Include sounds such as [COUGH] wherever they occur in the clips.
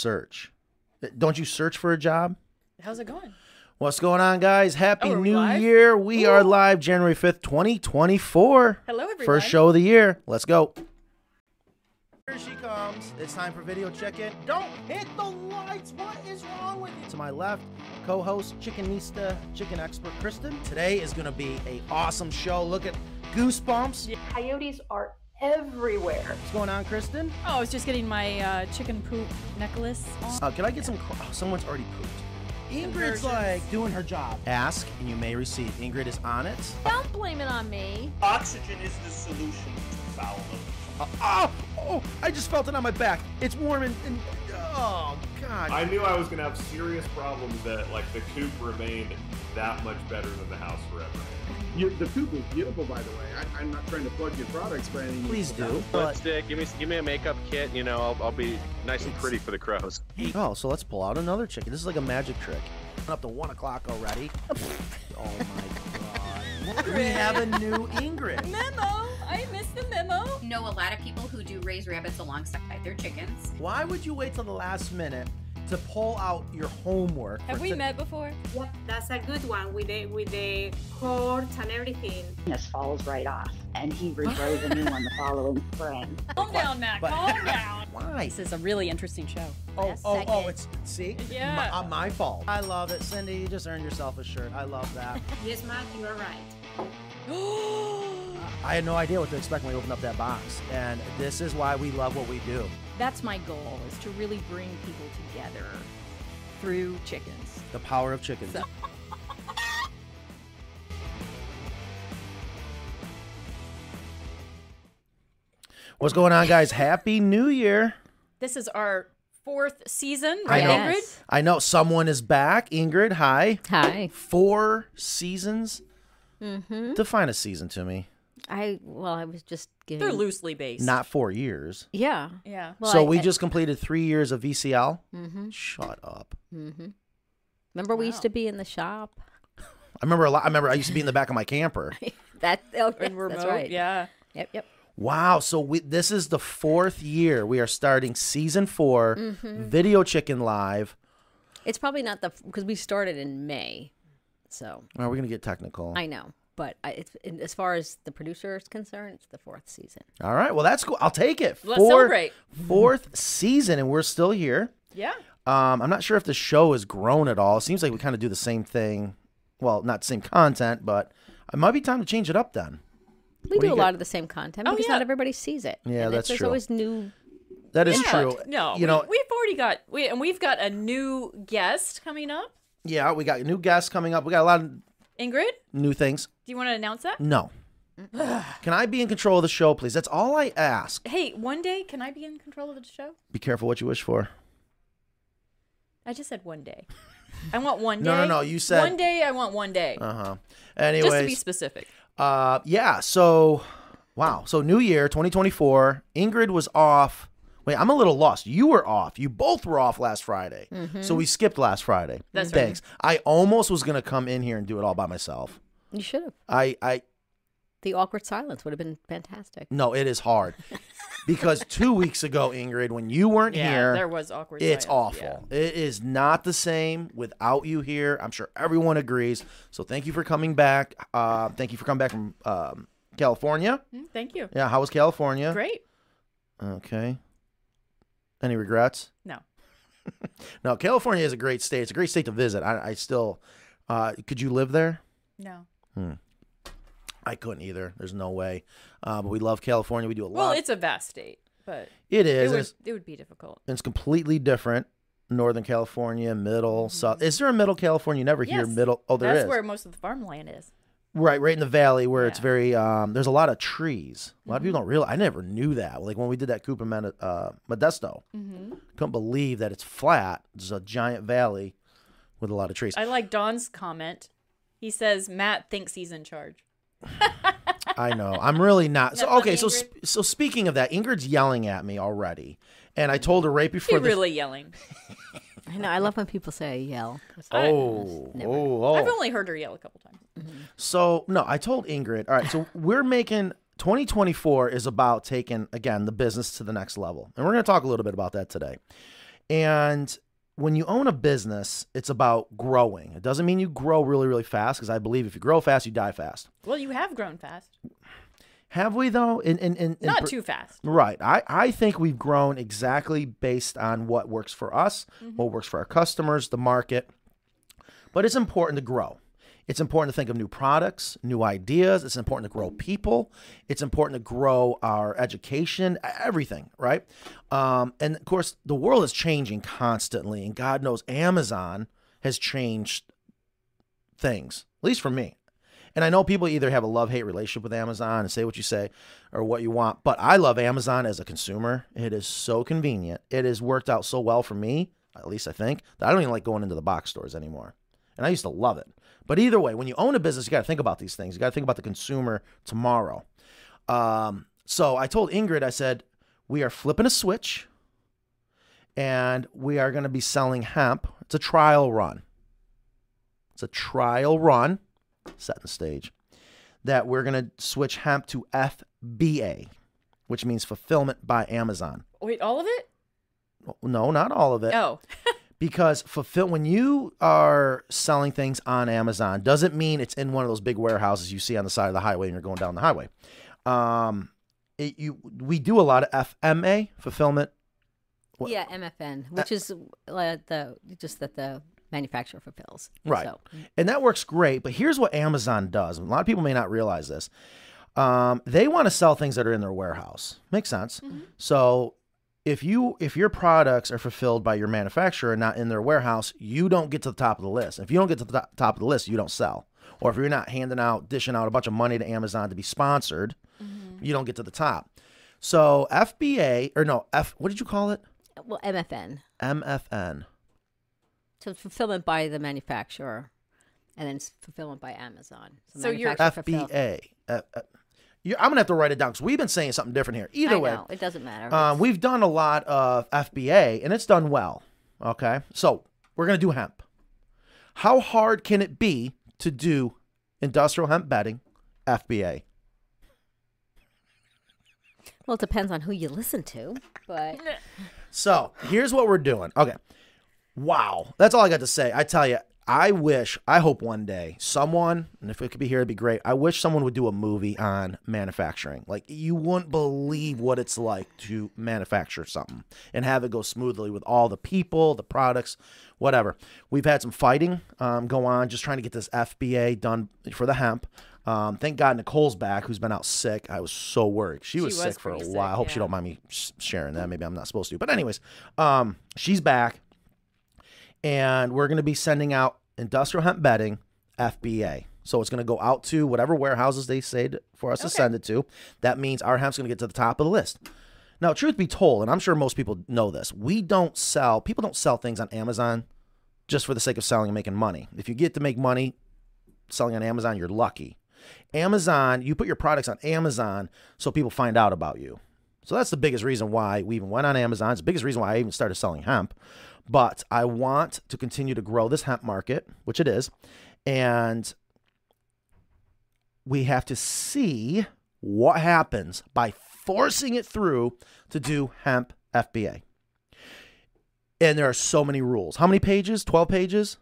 search. Don't you search for a job? How's it going? What's going on, guys? Happy Oh, are we New live? Year. We are live January 5th, 2024. Hello, everyone. First show of the year. Let's go. Here she comes. It's time for video check in. Don't hit the lights. What is wrong with you? To my left, co host, chickenista, chicken expert Kristen. Today is going to be a awesome show. Look at goosebumps. Coyotes are everywhere. What's going on, Kristen? Oh, I was just getting my uh, chicken poop necklace on. Uh, can I get some? cr- Oh, someone's already pooped. Ingrid's Conversions. like doing her job. Ask and you may receive. Ingrid is on it. Don't blame it on me. Oxygen is the solution to foul odor. Uh, oh, oh! I just felt it on my back. It's warm and, and oh god. I knew I was gonna have serious problems that like the coop remained that much better than the house forever. You, the poop is beautiful, by the way. I, I'm not trying to plug your products by any means. Please do. But, Lipstick, give me give me a makeup kit. You know, I'll, I'll be nice and pretty for the crows. oh, so let's pull out another chicken. This is like a magic trick. Up to one o'clock [LAUGHS] already. oh my god. We have a new Ingrid. Memo. I missed the memo. know a lot of people who do raise rabbits alongside their chickens. Why would you wait till the last minute to pull out your homework? Have for we to- [LAUGHS] met before? Yep, that's a good one with the with the cords and everything. This falls right off, and he regrows a new one the following spring. Calm down, Matt. But- Calm down. Why? [LAUGHS] This is a really interesting show. [GASPS] Oh, Last oh, oh, second. it's, see? Yeah. My, uh, my fault. I love it. Cindy, you just earned yourself a shirt. I love that. Yes, Matt, you are [LAUGHS] right. Uh, I had no idea what to expect when we opened up that box. And this is why we love what we do. That's my goal is to really bring people together through chickens. The power of chickens. What's going on, guys? Happy New Year. This is our fourth season, I right, know. Ingrid? I know someone is back. Ingrid, hi. Hi. Four seasons. Mm-hmm. Define a season to me. I well, I was just giving. They're loosely based. Not four years. Yeah. Yeah. Well, so I- we I- just completed three years of VCL. Mm-hmm. Mhm. Shut up. Mhm. Remember, we Wow. used to be in the shop. I remember a lot. I remember I used to be in the back of my [LAUGHS] camper. [LAUGHS] That oh, yes, And remote. that's right. Yeah. Yep. Yep. Wow. So we, this is the fourth year we are starting season 4 Mm-hmm. Video Chicken Live. It's probably not the because we started in May, so Are we going to get technical? I know. But I, it's and as far as the producer is concerned, it's the fourth season. All right. Well, that's cool. I'll take it. Let's celebrate. Fourth season, and we're still here. Yeah. Um, I'm not sure if the show has grown at all. It seems like we kind of do the same thing. Well, not same content, but it might be time to change it up then. We do do, you a get- lot of the same content Oh, because yeah. not everybody sees it. Yeah, and it's- that's there's true. always new. That is Yeah. true. No. You know, we, have already got we and we've got a new guest coming up. yeah, we got new guests coming up. We got a lot of Ingrid, new things. do you want to announce that? No. Mm. Can I be in control of the show, please? That's all I ask. Hey, one day can I be in control of the show? Be careful what you wish for. I just said one day. [LAUGHS] I want one day. No, no, no, you said- one day. I want one day. Uh huh. Just to be Anyways, specific. uh, yeah. So, wow. So, New Year 2024. Ingrid was off. Wait, I'm a little lost. You were off. You both were off last Friday. So we skipped last Friday. Mm-hmm. That's right. Thanks. I almost was gonna come in here and do it all by myself. You should have. I, I, The awkward silence would have been fantastic. no, it is [LAUGHS] hard because two weeks ago, Ingrid, when you weren't Yeah, here, there was awkward. It's silence, awful. yeah. It is not the same without you here. I'm sure everyone agrees. So thank you for coming back. Uh, thank you for coming back from um, California. Mm, Thank you. Yeah, how was California? Great. Okay. Any regrets? No. No, California is a great state. It's a great state to visit. I, I still, uh, could you live there? No. I couldn't either. There's no way. Uh, but we love California. We do a Well, lot. it's a vast state, but it it, is. would, it's, it would be difficult. it's completely different. Northern California, middle, south. Is there a middle California? You never hear Mm-hmm. Yes. middle. Oh, there is. That's where most of the farmland is. Right, right in the valley where it's Yeah. Mm-hmm. very um there's a lot of trees. A lot of people don't realize I never knew that. Like when we did that Coupa Medi- uh Modesto, Mm-hmm. couldn't believe that it's flat. It's a giant valley with a lot of trees. I like Don's comment. He says Matt thinks he's in charge. [LAUGHS] I know. I'm really not. So That's okay, so Ingrid. sp- so speaking of that, Ingrid's yelling at me already. And I told her right He before the really yelling. I know. I love when people say I yell. I- Oh, Never. oh, oh. I've only heard her yell a couple times. So no, I told Ingrid. All right, so we're making 2024 is about taking again the business to the next level, and we're going to talk a little bit about that today. And when you own a business, it's about growing. It doesn't mean you grow really, really fast, because I believe if you grow fast, you die fast. Well, you have grown fast. Have we though? In in in, in Not per- too fast. Right. I, I think we've grown exactly based on what works for us, what works for our customers, the market. But it's important to grow. It's important to think of new products, new ideas. It's important to grow people. It's important to grow our education, e- everything, right? Um, and of course, the world is changing constantly. And God knows Amazon has changed things, at least for me. And I know people either have a love hate relationship with Amazon and say what you say or what you want, but I love Amazon as a consumer. It is so convenient. It has worked out so well for me, at least I think, that I don't even like going into the box stores anymore. And I used to love it. But either way, when you own a business, you got to think about these things. You got to think about the consumer tomorrow. Um, so I told Ingrid, I said, we are flipping a switch and we are going to be selling hemp. It's a trial run. It's a trial run, setting the stage, that we're going to switch hemp to FBA, which means fulfillment by Amazon. Wait, all of it? No, not all of it. Oh, Because fulfill when you are selling things on Amazon, doesn't mean it's in one of those big warehouses you see on the side of the highway and you're going down the highway. Um, it, you we do a lot of FMA fulfillment. What- Yeah, MFN, which is uh, the just that the manufacturer fulfills. Right. So, And that works great. But here's what Amazon does. A lot of people may not realize this. Um, they want to sell things that are in their warehouse. Makes sense. So if you if your products are fulfilled by your manufacturer and not in their warehouse, you don't get to the top of the list. If you don't get to the to- top of the list, you don't sell. Or if you're not handing out, dishing out a bunch of money to Amazon to be sponsored, you don't get to the top. So FBA or no F, what did you call it? well, MFN, MFN. so it's fulfillment by the manufacturer, and then it's fulfillment by Amazon. So you're- manufacturer fulfill- FBA. Uh, uh, you- I'm gonna have to write it down because we've been saying something different here. Either I way, know, it doesn't matter. um, we've done a lot of FBA and it's done well. Okay, so we're gonna do hemp. How hard can it be to do industrial hemp bedding, FBA? well, it depends on who you listen to, but So here's what we're doing. Okay. Wow. That's all I got to say. I tell you, I wish, I hope one day someone, and if it could be here, it'd be great. I wish someone would do a movie on manufacturing. Like, you wouldn't believe what it's like to manufacture something and have it go smoothly with all the people, the products, whatever. We've had some fighting um, go on just trying to get this FBA done for the hemp. Um, thank God Nicole's back, who's been out sick. I was so worried. She, She was, was sick for a pretty sick, while. I hope she yeah. don't mind me sh- sharing that. Maybe I'm not supposed to. But anyways, um, she's back, and we're gonna be sending out industrial hemp bedding, FBA. So it's gonna go out to whatever warehouses they say to, for us to send it to. That means our hemp's gonna get to the top of the list. Now, truth be told, and I'm sure most people know this, we don't sell. People don't sell things on Amazon just for the sake of selling and making money. If you get to make money selling on Amazon, you're lucky. Amazon, you put your products on Amazon so people find out about you. So that's the biggest reason why we even went on Amazon. It's the biggest reason why I even started selling hemp. But I want to continue to grow this hemp market, which it is. And we have to see what happens by forcing it through to do hemp FBA. And there are so many rules. How many pages? 12 pages?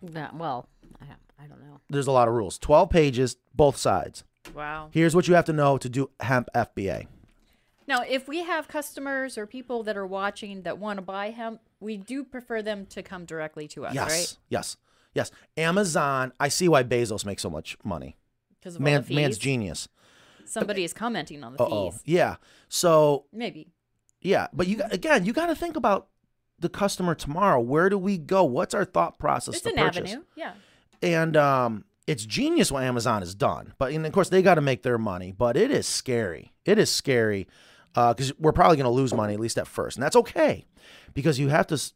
no, well, I, I don't know. There's a lot of rules. 12 pages, both sides. wow. Here's what you have to know to do hemp FBA. Now, if we have customers or people that are watching that want to buy hemp, we do prefer them to come directly to us, yes, right? yes, yes. Amazon. I see why Bezos makes so much money. Because of all Man, the fees. man's genius. Somebody is commenting on the Uh oh. fees. Yeah. So Maybe. yeah, but you got- again, you got to think about the customer tomorrow. Where do we go? What's our thought process? It's to an purchase? avenue. Yeah. and um, it's genius what Amazon has done. But and of course they got to make their money. But it is scary. It is scary because we're probably going to lose money at least at first, and that's okay because you have to s-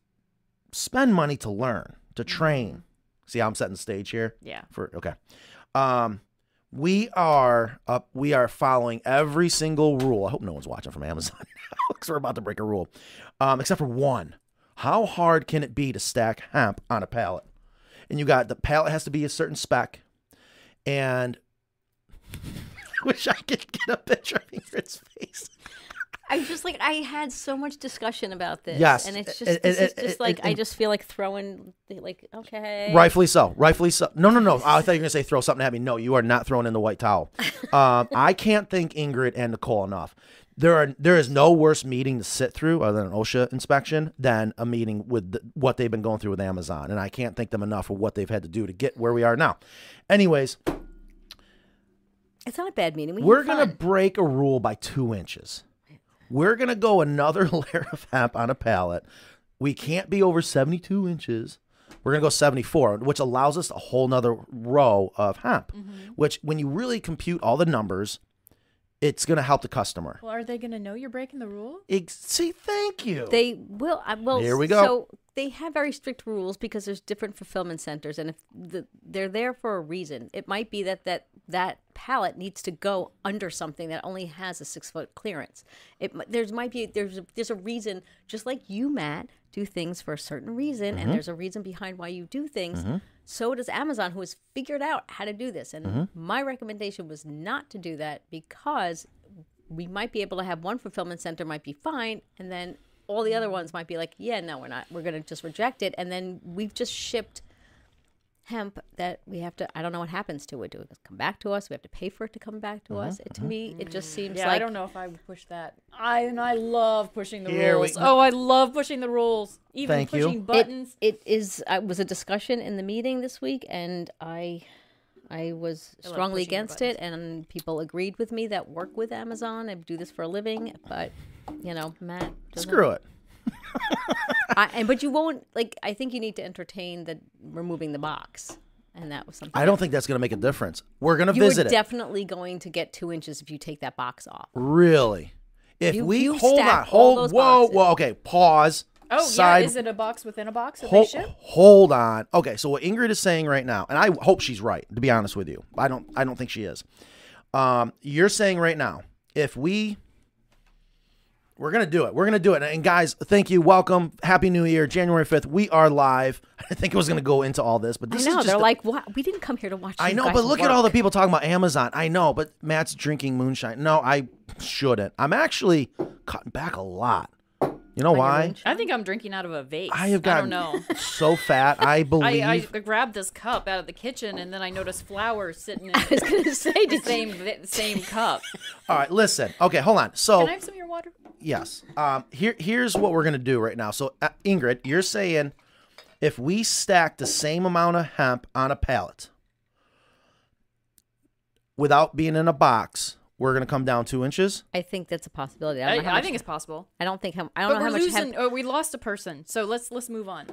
spend money to learn to train. See how I'm setting the stage here. Yeah. For okay, um, we are up. We are following every single rule. I hope no one's watching from Amazon [LAUGHS] because we're about to break a rule, um, except for one. How hard can it be to stack hemp on a pallet? and you got the pallet has to be a certain spec. [LAUGHS] And I wish I could get a picture of Ingrid's face. I was just like, I had so much discussion about this. Yes, and it's it- just, it- this it- is it- just it- like, I it- just feel like throwing, like, okay, Rightfully so. Rightfully so. No, no, no. I thought you were gonna say throw something at me. No, you are not throwing in the white towel. Um, I can't thank Ingrid and Nicole enough. There are there is no worse meeting to sit through other than an OSHA inspection than a meeting with the, what they've been going through with Amazon, and I can't thank them enough for what they've had to do to get where we are now. Anyways, It's not a bad meeting. We we're had gonna fun. break a rule by two inches. We're gonna go another [LAUGHS] layer of hemp on a pallet. We can't be over 72 inches. We're gonna go 74, which allows us a whole nother row of hemp. Mm-hmm. Which, when you really compute all the numbers, it's gonna help the customer. Well, are they going to know you're breaking the rule? Ex- See, thank you. They will. I, well, Here we s- go. So they have very strict rules because there's different fulfillment centers, and if the, they're there for a reason, it might be that that that pallet needs to go under something that only has a six foot clearance. It mi- there's might be there's a, there's a reason, just like you, Matt, do things for a certain reason, Mm-hmm. and there's a reason behind why you do things. So does Amazon, who has figured out how to do this. And Mm-hmm. my recommendation was not to do that because we might be able to have one fulfillment center might be fine and then all the other ones might be like yeah no we're not we're going to just reject it and then we've just shipped hemp that we have to i don't know what happens to it do it come back to us we have to pay for it to come back to us it, to me it just seems Yeah, like I don't know if I would push that. I and I love pushing the Here we- rules. Oh, I love pushing the rules. Even Thank you. pushing buttons. it is uh, was a discussion in the meeting this week and i i was strongly pushing your against it and people agreed with me that work with amazon and do this for a living but you know matt doesn't- Screw it. I, and but you won't like. I think you need to entertain the removing the box, and that was something. I don't think that's gonna make a difference. We're gonna You visit are it. definitely going to get two inches if you take that box off. really. If You- we you hold on, stack all hold, those whoa, boxes. whoa, okay, pause. oh, side yeah. Is it a box within a box that they Hold, ship? hold on. Okay, so what Ingrid is saying right now, and I hope she's right. To be honest with you, I don't. I don't think she is. Um, you're saying right now, if we, we're gonna do it. We're gonna do it. And guys, thank you. Welcome. Happy New Year, January fifth. We are live. [LAUGHS] I think it was gonna go into all this, but I this know is just they're the- like, "What? We didn't come here to watch." I you know, guys but look at all the work." people talking about Amazon. I know, but Matt's drinking moonshine. No, I shouldn't. I'm actually cutting back a lot. You know On your why? moonshine. I think I'm drinking out of a vase. I have I gotten don't know. so fat. I believe. [LAUGHS] I, I grabbed this cup out of the kitchen and then I noticed flowers sitting in [LAUGHS] I was gonna say, the [LAUGHS] did you- same vi- same cup. All right, listen. Okay, hold on. So Can I have some of your water? yes, um, here here's what we're gonna do right now. So uh, Ingrid, you're saying if we stack the same amount of hemp on a pallet without being in a box, we're gonna come down two inches. I think that's a possibility. I I, don't know how I much- think it's possible. I don't think. How, I don't But know we're how much. hemp- losing. Oh, we lost a person, so let's let's move on.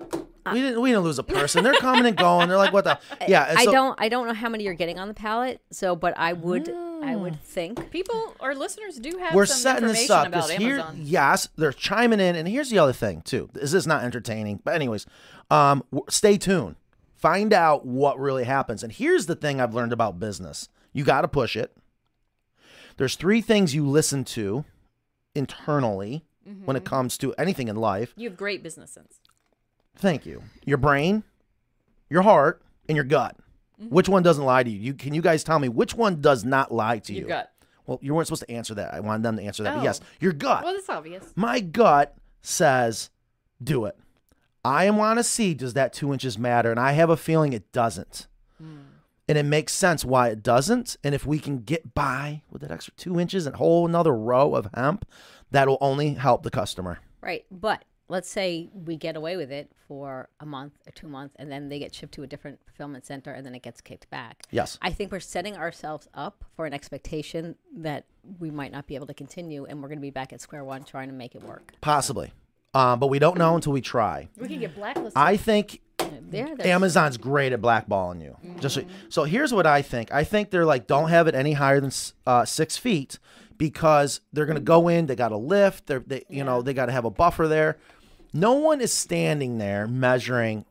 we didn't we didn't lose a person. They're coming and going. They're like, what the? Yeah. and I so- don't. I don't know how many you're getting on the pallet. So, but I would. I Oh. would think. People, our listeners do have. We're some setting information this up about because here, Amazon. yes, they're chiming in, and here's the other thing too. This is not entertaining, but anyways, um, w- stay tuned. Find out what really happens. And here's the thing I've learned about business: you got to push it. There's three things you listen to internally when Mm-hmm. it comes to anything in life. You have great business sense. Thank you. Your brain, your heart, and your gut. Mm-hmm. Which one doesn't lie to you? You can you guys tell me which one does not lie to you? Your gut. Well, you weren't supposed to answer that. I wanted them to answer that. But Oh. yes, your gut. Well, that's obvious. My gut says, do it. I want to see does that two inches matter, and I have a feeling it doesn't. And it makes sense why it doesn't. And if we can get by with that extra two inches and a whole another row of hemp, that'll only help the customer. Right. But let's say we get away with it for a month or two months, and then they get shipped to a different fulfillment center, and then it gets kicked back. Yes. I think we're setting ourselves up for an expectation that we might not be able to continue, and we're going to be back at square one trying to make it work. Possibly. Um, but we don't know until we try. We could get blacklisted. I think There, there's- Amazon's great at blackballing you. Mm-hmm. Just so, so here's what I think. I think they're like don't have it any higher than s- uh, six feet because they're gonna go in. They got a lift. They're they you know they got to have a buffer there. No one is standing there measuring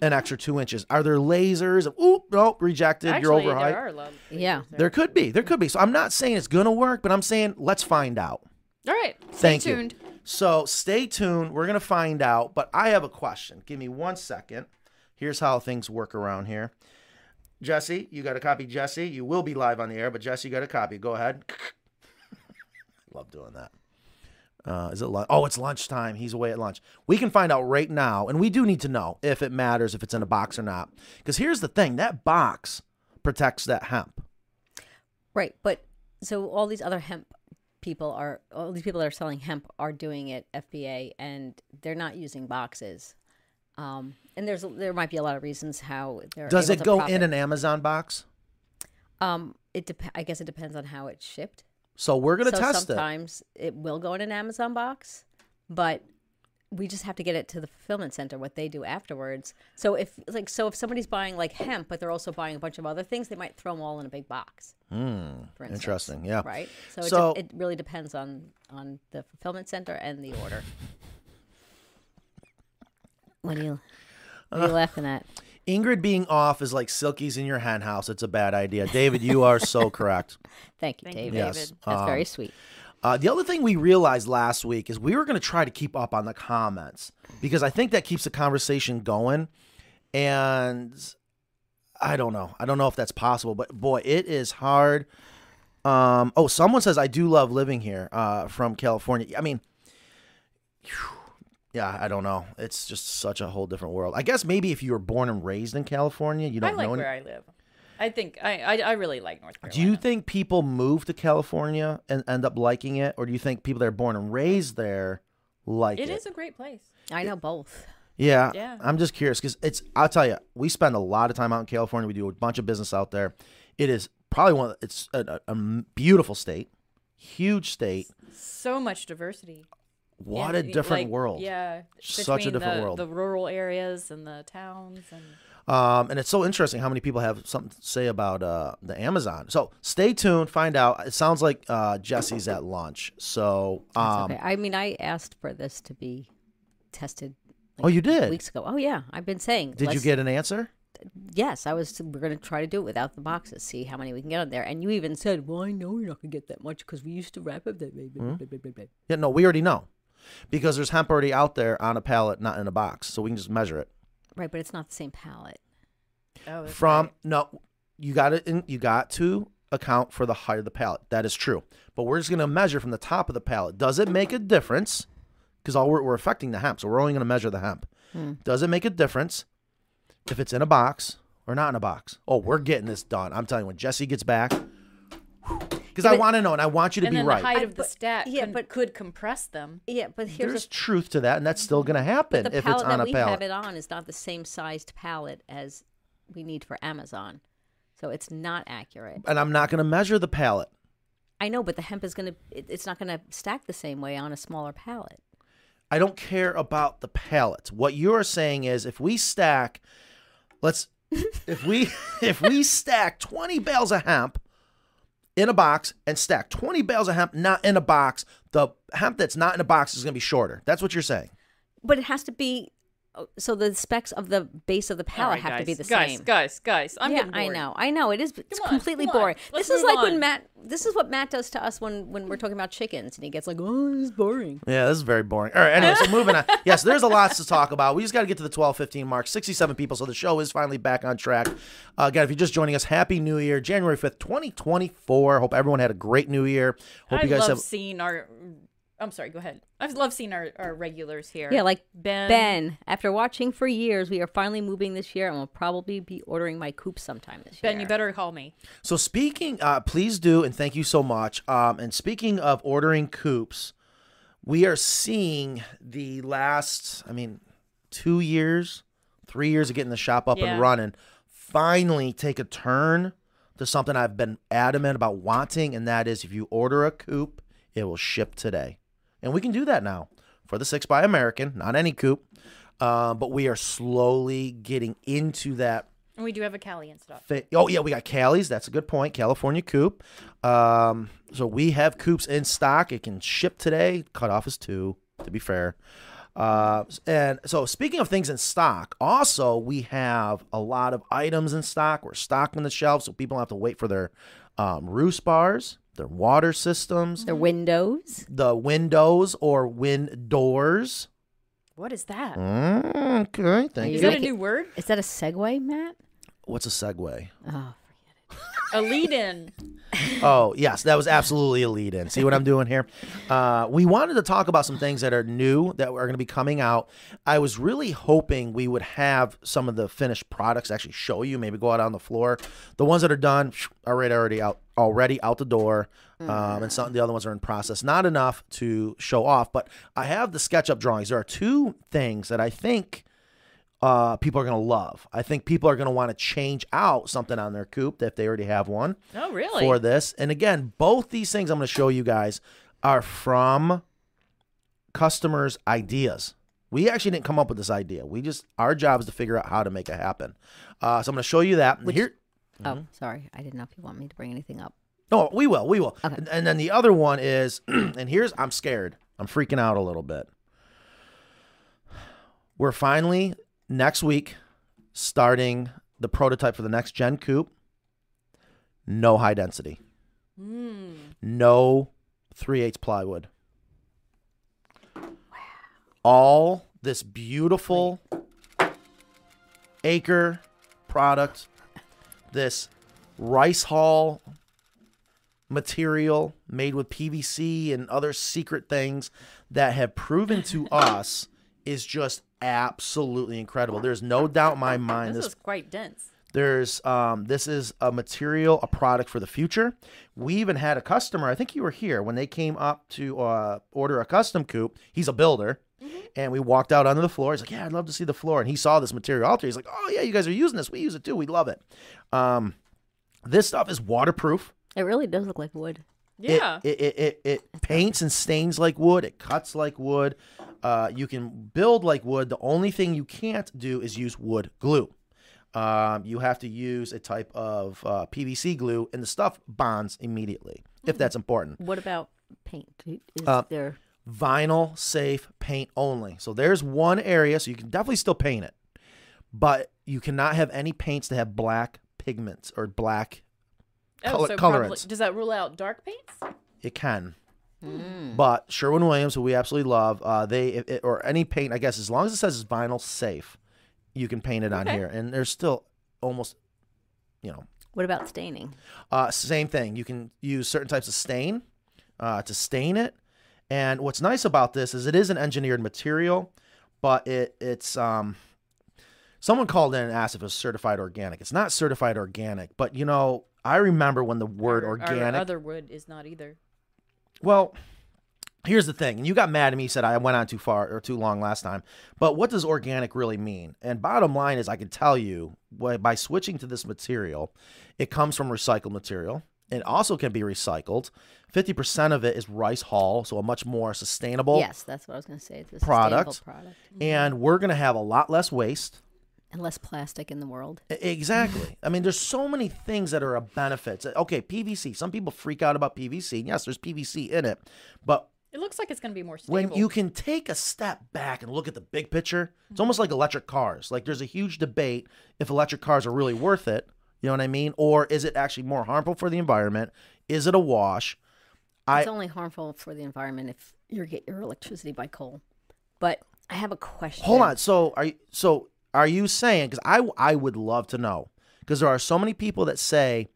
an extra two inches. Are there lasers? Oop, nope, rejected. Actually, You're overhyped. there are a lot. of- Yeah. There could be. There could be. So I'm not saying it's gonna work, but I'm saying let's find out. All right. Stay Thank you. tuned. So stay tuned. We're going to find out. But I have a question. Give me one second. Here's how things work around here. Jesse, you got a copy, Jesse. You [LAUGHS] will be live on the air, but Jesse, you got a copy. Go ahead. Love doing that. Uh, is it lunch? Oh, it's lunchtime. He's away at lunch. We can find out right now, and we do need to know if it matters if it's in a box or not. Because here's the thing: that box protects that hemp. Right, but so all these other hemp people are all these people that are selling hemp are doing it FBA and they're not using boxes. Um, and there's there might be a lot of reasons how they're Does able it to go profit. in an Amazon box? Um, it dep- I guess it depends on how it's shipped. So we're gonna so test it. sometimes it. will go in an Amazon box, but we just have to get it to the fulfillment center what they do afterwards. So if like so if somebody's buying like hemp but they're also buying a bunch of other things, they might throw them all in a big box. Hmm. for instance, Interesting. Yeah. Right. So, it, So- de- it really depends on on the fulfillment center and the order. What are you, what Uh, are you laughing at? Ingrid being off is like Silky's in your hen house. It's a bad idea. David, you are [LAUGHS] so correct. Thank you, Thank you, David. Yes, That's David. um, very sweet. Uh, the other thing we realized last week is we were going to try to keep up on the comments because I think that keeps the conversation going. And I don't know. I don't know if that's possible, but boy, it is hard. Um, oh, someone says, I do love living here uh, from California. I mean, phew, yeah, I don't know. It's just such a whole different world. I guess maybe if you were born and raised in California, you don't I like know any- where I live. I think I, I I really like North Carolina. do you think people move to California and end up liking it, or do you think people that are born and raised there like it? it is a great place. I know both. yeah, Yeah. I'm just curious because it's. I'll tell you, we spend a lot of time out in California. We do a bunch of business out there. It is probably one. Of, the- it's a, a, a beautiful state, huge state. So much diversity. What Yeah, a y- different like, world. Yeah, Such a between different the, world. The rural areas and the towns and Um, and it's so interesting how many people have something to say about uh, the Amazon. So stay tuned, find out. It sounds like uh, Jesse's at lunch. So That's um, okay. I mean, I asked for this to be tested. Oh, you did? weeks ago. Oh yeah, I've been saying. did you let's- get an answer? Yes, I was. We're gonna try to do it without the boxes. See how many we can get on there. And you even said, "Well, I know you're not gonna get that much because we used to wrap up that." Hmm? Yeah, no, we already know because there's hemp already out there on a pallet, not in a box, so we can just measure it Right, but it's not the same palette. oh, that's from right. no. You got to You got to account for the height of the pallet. That is true, but we're just gonna measure from the top of the pallet. Does it make a difference? Because all we're, we're affecting the hemp, so we're only gonna measure the hemp. Does it make a difference if it's in a box or not in a box? Oh, we're getting this done. I'm telling you, when Jesse gets back, because I but- want to know and I want you to and be then right. the height I- of the but- stat yeah, can- but- could compress them. Yeah, but here's There's truth to that, and that's still gonna happen the, the if it's palette on a that we pallet. have it on is not the same sized palette as we need for Amazon, so it's not accurate. and I'm not going to measure the pallet. I know, but the hemp is gonna. It, it's not gonna stack the same way on a smaller palette. I don't care about the pallet. What you're saying is if we stack let's if we if we stack 20 bales of hemp in a box and stack 20 bales of hemp not in a box, the hemp that's not in a box is going to be shorter. That's what you're saying. But it has to be. oh, So the specs of the base of the All palette right, have to be guys, the guys, same. Guys, guys, I'm yeah, getting I bored. know, I know. It is. It's Come on, completely come on. boring. Let's this is move like when on. Matt. This is what Matt does to us when when we're talking about chickens, and he gets like, "Oh, this is boring." Yeah, this is very boring. All right, anyway, so moving [LAUGHS] on. Yes, there's a lot to talk about. We just got to get to the 12:15 mark. 67 people, so the show is finally back on track. Uh, again, if you're just joining us, Happy New Year, January 5th, 2024. Hope everyone had a great New Year. Hope I you guys love have seeing our. I'm sorry. Go ahead. I love seeing our, our regulars here. Yeah, like Ben. Ben. After watching for years, we are finally moving this year, and will probably be ordering my coop sometime this year. Ben, you better call me. So speaking, uh, please do, and thank you so much. Um, and speaking of ordering coops, we are seeing the last, I mean, two years, three years of getting the shop up Yeah. and running, finally take a turn to something I've been adamant about wanting, and that is if you order a coop, it will ship today, and we can do that now for the six by American, not any coop. Uh, but we are slowly getting into that And we do have a Cali and stuff. Fa- oh yeah, we got Cali's. That's a good point. California Coop. Um, so we have coops in stock. It can ship today. Cutoff is two. To be fair. Uh, and so speaking of things in stock, also we have a lot of items in stock. We're stocking the shelves, so people don't have to wait for their um, roost bars, their water systems, Their windows. the windows or wind doors. What is that? Mm, okay, thank You you. Is that a make it- new word? Is that a segue, Matt? What's a segue? Oh, A lead in. Oh, yes, that was absolutely a lead in. See what I'm doing here? Uh, we wanted to talk about some things that are new that are going to be coming out. I was really hoping we would have some of the finished products actually show you, maybe go out on the floor. The ones that are done are right already out already out the door. Um, and some the other ones are in process. Not enough to show off, but I have the SketchUp drawings. There are two things that I think uh, people are going to love. I think people are going to want to change out something on their coupe if they already have one Oh, really? for this. And again, both these things I'm going to show you guys are from customers' ideas. We actually didn't come up with this idea. We just our job is to figure out how to make it happen. Uh, so I'm going to show you that. Which- Here, Mm-hmm. Oh, sorry. I didn't know if you want me to bring anything up. no, we will, we will. Okay. And, and then the other one is, [CLEARS THROAT] and here's I'm scared. I'm freaking out a little bit. We're finally next week starting the prototype for the next gen coupe. No high density. No three eighths plywood. All this beautiful acre product, this rice hall material made with PVC and other secret things that have proven to us is just absolutely incredible. There's no doubt in my mind This this is quite dense. there's um, this is a material, a product for the future. We even had a customer. I think you were here when they came up to uh, order a custom coupe. He's a builder, and we walked out onto the floor. He's like, "Yeah, I'd love to see the floor." And he saw this material out there. He's like, "Oh yeah, you guys are using this. We use it too. We love it." Um, this stuff is waterproof. It really does look like wood. It- Yeah. It, it, it, it paints and stains like wood. It cuts like wood. Uh, you can build like wood. The only thing you can't do is use wood glue. Um, you have to use a type of uh, PVC glue, and the stuff bonds immediately, if that's important. What about paint? Is Uh, there Vinyl safe paint only. So there's one area, so you can definitely still paint it, but you cannot have any paints that have black pigments or black color- Oh, probably, colorants. does that rule out dark paints? It can. Hmm. But Sherwin Williams, who we absolutely love, uh, they it, it- or any paint, I guess, as long as it says it's vinyl safe, you can paint it on Okay. here. And there's still almost, you know, what about staining? uh, same thing. You can use certain types of stain uh, to stain it. And what's nice about this is it is an engineered material, but it it's um, someone called in and asked if it was certified organic. It's not certified organic, but you know, I remember when the word Or- or organic other wood is not either. well, here's the thing. And you got mad at me, said I went on too far or too long last time. But what does organic really mean? And bottom line is, I can tell you wh- by switching to this material, it comes from recycled material. It also can be recycled. 50% of it is rice hull, so a much more sustainable. yes, that's what I was going to say. It's a sustainable product. product. And we're going to have a lot less waste. And less plastic in the world. E- Exactly. I mean, there's so many things that are a benefit. Okay, PVC. Some people freak out about PVC. And yes, there's PVC in it, but It looks like it's going to be more stable. when you can take a step back and look at the big picture, it's almost like electric cars. Like there's a huge debate if electric cars are really worth it. You know what I mean? Or is it actually more harmful for the environment? Is it a wash? I It's only harmful for the environment if you get your electricity by coal. But I have a question. hold on. So are you, so are you saying? Because I I would love to know because there are so many people that say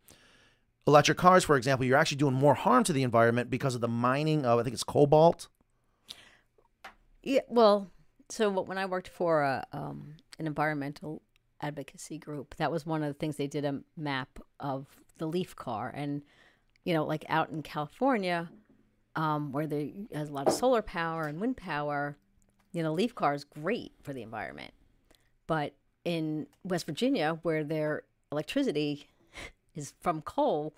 electric cars, for example, you're actually doing more harm to the environment because of the mining of I think it's cobalt. Yeah, well, so wh- when I worked for a, um, an environmental advocacy group, that was one of the things they did a map of the leaf car, and you know, like out in California, um, where there has a lot of solar power and wind power, you know, leaf car is great for the environment, but in West Virginia, where their electricity [LAUGHS] is from coal,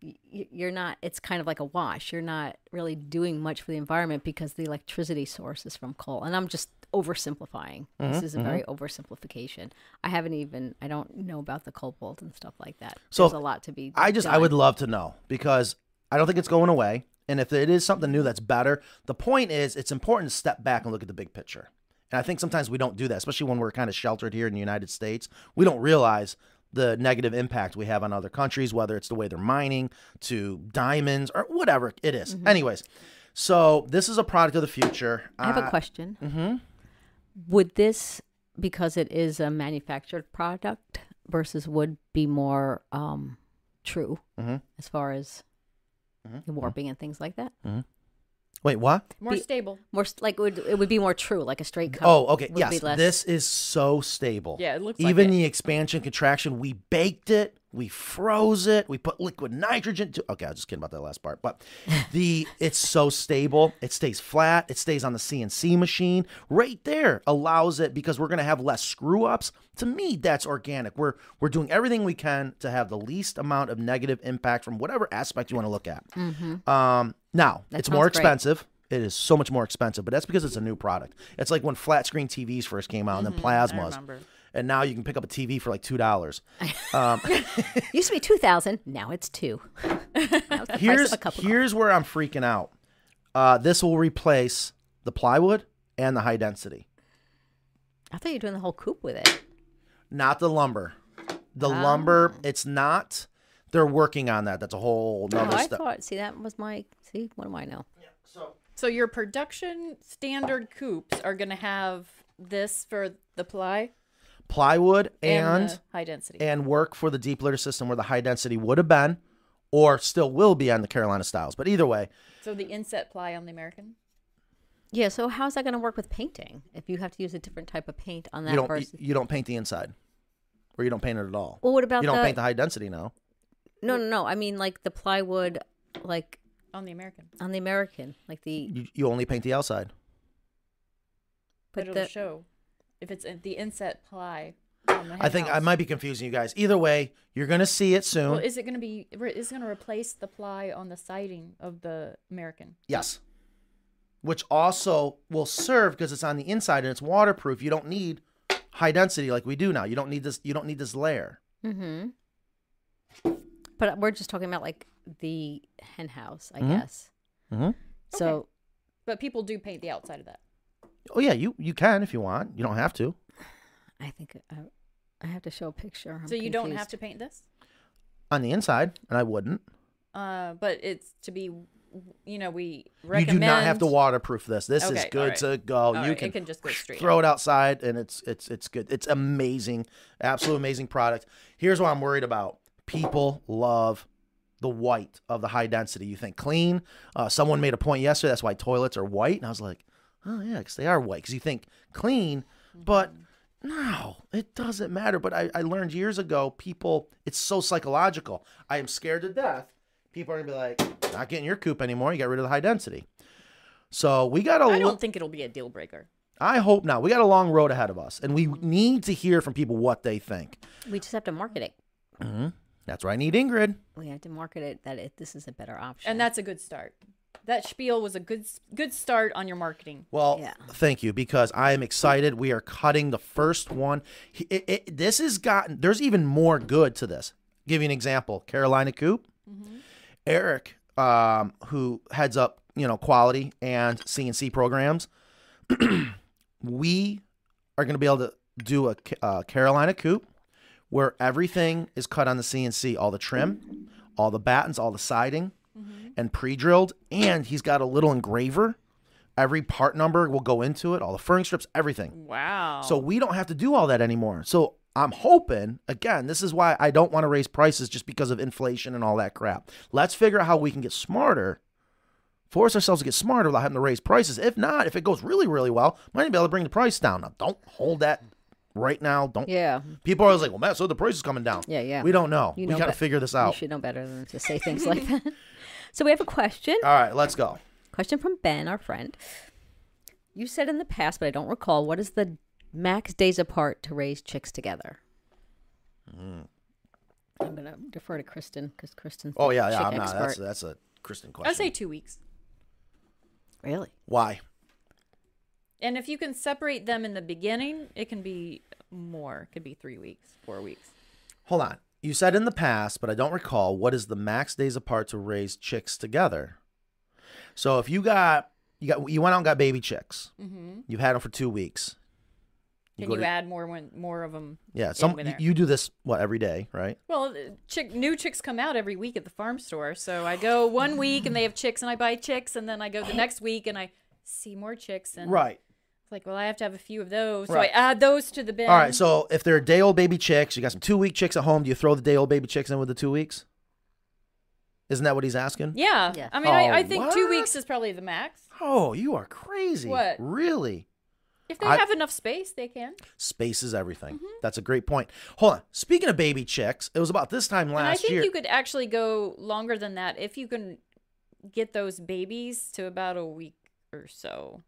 y- you're not it's kind of like a wash you're not really doing much for the environment because the electricity source is from coal and i'm just oversimplifying this Mm-hmm, is a very oversimplification i haven't even i don't know about the cobalt and stuff like that So there's a lot to be I just I done. would love to know because I don't think it's going away. And if it is something new that's better, the point is it's important to step back and look at the big picture. And I think sometimes we don't do that, especially when we're kind of sheltered here in the United States. We don't realize the negative impact we have on other countries, whether it's the way they're mining to diamonds or whatever it is. Anyways, so this is a product of the future. Mm-hmm. i have Uh, a question mm-hmm. would this because it is a manufactured product versus would be more um true Mhm. as far as Mm-hmm. the warping and things like that. Wait, what? More Be- stable. More s- like it would, it would be more true, like a straight cut. Oh, okay. would Yes, be less- this is so stable. Yeah, it looks like Even it. the expansion contraction, we baked it, we froze it, we put liquid nitrogen to. Okay, I was just kidding about that last part, [LAUGHS] but the it's so stable. It stays flat. It stays on the CNC machine right there. Allows it because we're gonna have less screw ups. To me, that's organic. We're we're doing everything we can to have the least amount of negative impact from whatever aspect you want to look at. Um, now Mm-hmm. That it's more sounds great. expensive. It is so much more expensive, but that's because it's a new product. It's like when flat screen TVs first came out, and Mm-hmm, then plasmas, and now you can pick up a TV for like two [LAUGHS] dollars. used to be two thousand, now it's two. Now it's the price of Here's a cup of here's where I'm freaking out. Uh, this will replace the plywood and the high density, coffee. I thought you were doing the whole coop with it. not the lumber. The Ah. lumber, it's not. They're working on that. That's a whole Oh, nother I step. thought. See, that was my. See, what do I know? So your production standard coops are going to have this for the ply Plywood and, and the high density. and work for the deep litter system where the high density would have been or still will be on the Carolina Styles. But either way, so the inset ply on the American. Yeah. So how's that going to work with painting if you have to use a different type of paint on that you don't e you, versus? you don't paint the inside. Or you don't paint it at all. Well, what about you don't the- paint the high density now? No, no, no. I mean, like the plywood, like On the American. on the American, like the You, you only paint the outside. But put it'll the show if it's in- the inset ply. On the I think I house. might be confusing you guys. Either way, you're gonna see it soon. Well, is it going to be? re- Is it going to replace the ply on the siding of the American? yes. Which also will serve because it's on the inside and it's waterproof. You don't need high density like we do now. You don't need this you don't need this layer. Mm-hmm. But we're just talking about like the hen house, Mm-hmm. I guess. Mhm. So But people do paint the outside of that. Oh yeah, you you can if you want. You don't have to. I think I, I have to show a picture. I'm so you don't have confused. to paint this. On the inside, and I wouldn't. Uh, but it's to be, you know, we You recommend. do not have to waterproof this. This is Okay, good alright. to go. All you right, can, it can just go straight throw it outside, and it's it's it's good. It's amazing, absolute amazing product. Here's what I'm worried about: people love the white of the high density. You think clean? Uh, someone made a point yesterday. That's why toilets are white, and I was like, oh yeah, because they are white. Because you think clean, but Mm. no, it doesn't matter. But I, I learned years ago, people, it's so psychological. I am scared to death. People are gonna be like, not getting your coop anymore. You got rid of the high density. So we got a I lo- don't think it'll be a deal breaker. I hope not. We got a long road ahead of us, and we need to hear from people what they think. We just have to market it. That's where I need Ingrid. We have to market it that it, this is a better option. And that's a good start. That spiel was a good s- good start on your marketing. Well, Yeah. thank you because I am excited. We are cutting the first one. He- It, it, this has gotten there's even more good to this. Give you an example: Carolina Coop, Eric, um, who heads up you know quality and CNC programs. [CLEARS THROAT] we are going to be able to do a Ca- uh, Carolina Coupe where everything is cut on the CNC, all the trim, all the battens, all the siding, and pre-drilled. And he's got a little engraver. Every part number will go into it, all the furring strips, everything. Wow. Oh. So we don't have to do all that anymore. So I'm hoping, again, this is why I don't want to raise prices just because of inflation and all that crap. Let's figure out how we can get smarter, force ourselves to get smarter without having to raise prices. If not, if it goes really, really well, might even be able to bring the price down. Now, don't hold that right now. Don't. yeah, People are always like, well, Matt, so the price is coming down. yeah, yeah. We don't know. You we know got to bet- figure this You out. should know better than to say things like [LAUGHS] that. So we have [LAUGHS] a question. All right, let's go. Question from Ben, our friend. You said in the past, but I don't recall. What is the max days apart to raise chicks together? Hmm. I'm gonna defer to Kristen because Kristen's the Oh, yeah, yeah. chick I'm not. expert. That's, that's a Kristen question. I say two weeks. really Why? And if you can separate them in the beginning, it can be more. It could be three weeks, four weeks. Hold on. You said in the past, but I don't recall, what is the max days apart to raise chicks together? So if you got you got you went out and got baby chicks, Mm-hmm. you've had them for two weeks. Can go you to- add more when more of them? Yeah, some with you, her? you do this what every day, right? Well, the chick new chicks come out every week at the farm store, so I go one week and they have chicks, and I buy chicks, and then [GASPS] I go the next week and I see more chicks, and It's like, well, I have to have a few of those, Right. so I add those to the bin. All right. So if they're day old baby chicks, you got some two week chicks at home. Do you throw the day old baby chicks in with the two weeks? Isn't that what he's asking? Yeah. I mean, I, I Oh, think two what? weeks is probably the max. Oh, you are crazy. What? Really? If they I- have enough space, they can. Space is everything. Mm-hmm. That's a great point. Hold on. Speaking of baby chicks, it was about this time last and I think year. you could actually go longer than that if you can get those babies to about a week or so.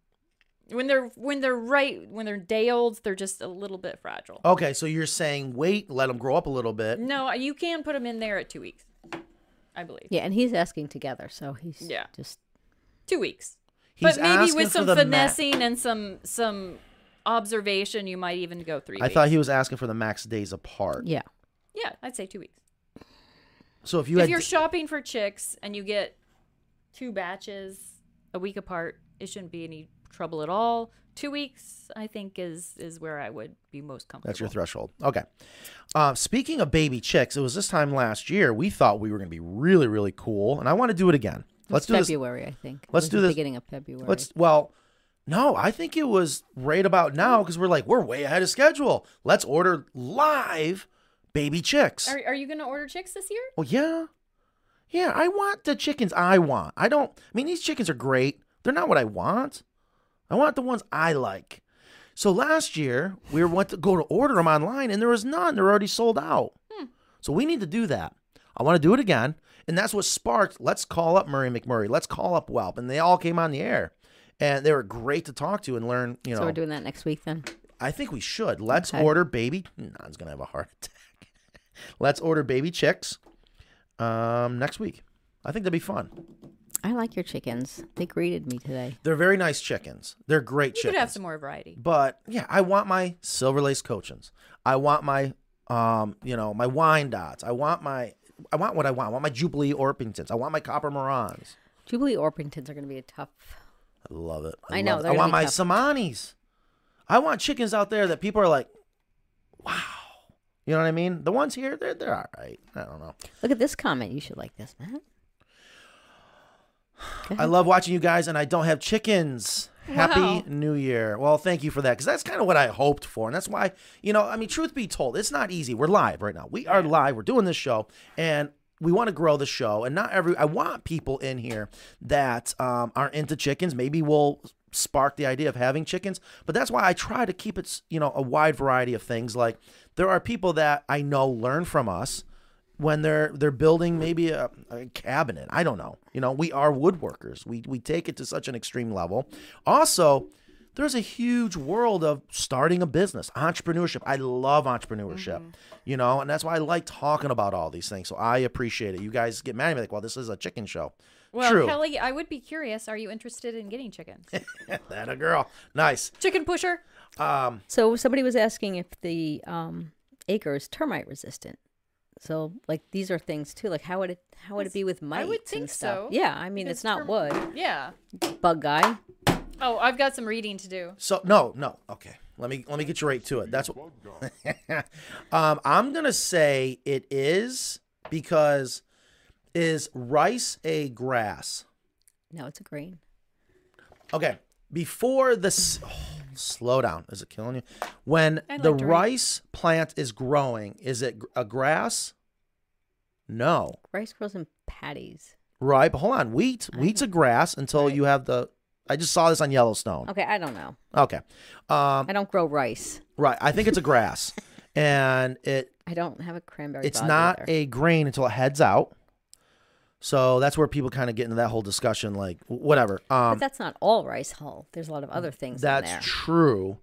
When they're when they're right when they're day olds, they're just a little bit fragile. Okay, so you're saying wait, let them grow up a little bit. No, uh, you can put them in there at two weeks, I believe. Yeah, and he's asking together, so he's Yeah. just Two weeks. He's but maybe asking with for some the ma- finessing and some some observation, you might even go three. I weeks. thought he was asking for the max days apart. yeah. Yeah, I'd say two weeks. So if you if had you're shopping for chicks and you get two batches a week apart, it shouldn't be any trouble at all. Two weeks, I think, is is where I would be most comfortable. That's your threshold. Okay. Uh, speaking of baby chicks, it was this time last year we thought we were going to be really, really cool, and I want to do it again. Let's do this. February, I think. It let's was do the this- beginning of February. Let's well, no, I think it was right about now because we're like we're way ahead of schedule. Let's order live baby chicks. Are, are you going to order chicks this year? Well, Oh, yeah. Yeah, I want the chickens I want. I don't, I mean, these chickens are great. They're not what I want. I want the ones I like. So last year, we went to go to order them online and there was none. They're already sold out. Hmm. So we need to do that. I want to do it again. And that's what sparked let's call up Murray McMurray. Let's call up Welp. And they all came on the air. And they were great to talk to and learn, you know. so we're doing that next week then. I think we should. Let's order baby. Non's gonna have a heart attack. [LAUGHS] Let's order baby chicks um, next week. I think that'd be fun. I like your chickens. They greeted me today. They're very nice chickens. They're great You chickens. could have some more variety. But yeah, I want my silver lace cochins. I want my um, you know, my wine dots. I want my I want what I want. I want my Jubilee Orpingtons. I want my Copper Morons. Jubilee Orpingtons are going to be a tough. I love it. I know, love it. they're I gonna want be my tough. Samanis. I want chickens out there that people are like, wow. You know what I mean? The ones here, they're they're all right. I don't know. Look at this comment. You should like this, Matt. I love watching you guys, and I don't have chickens. Happy Wow. New Year. Well, thank you for that, because that's kind of what I hoped for. And that's why, you know, I mean, truth be told, it's not easy. We're live right now. We are live. We're doing this show, and we want to grow the show. And not every, I want people in here that um, are into chickens. Maybe we'll spark the idea of having chickens, but that's why I try to keep it, you know, a wide variety of things. Like, there are people that I know learn from us when they're they're building maybe a, a cabinet. I don't know. You know, we are woodworkers. We we take it to such an extreme level. Also, there's a huge world of starting a business, entrepreneurship. I love entrepreneurship. Mm-hmm. You know, and that's why I like talking about all these things. So I appreciate it. You guys get mad at me like, well, this is a chicken show. Well, True. Kelly, I would be curious. Are you interested in getting chickens? [LAUGHS] that a girl. Nice. Chicken pusher. Um, So somebody was asking if the um, acre is termite resistant. So like these are things too. Like how would it how would it be with mites I would and think stuff? so. Yeah, I mean because it's not term- wood. Yeah. Bug guy. Oh, I've got some reading to do. So no, no. Okay. Let me let me get you right to it. That's what [LAUGHS] um, I'm gonna say it is because is rice a grass? No, it's a grain. Okay. Before the s- oh, slow down. Is it killing you? When I'd the like to read. rice plant is growing, is it gr- a grass? No. Rice grows in patties. Right. But hold on. Wheat. Wheat's a grass until you have the. I just saw this on Yellowstone. Okay, I don't know. Okay. Um, I don't grow rice. right. I think it's a [LAUGHS] grass, and it I don't have a cranberry. it's not either. a grain until it heads out. So that's where people kind of get into that whole discussion, like wh- whatever. But Um, that's not all rice hull. There's a lot of other things. in there. that's true.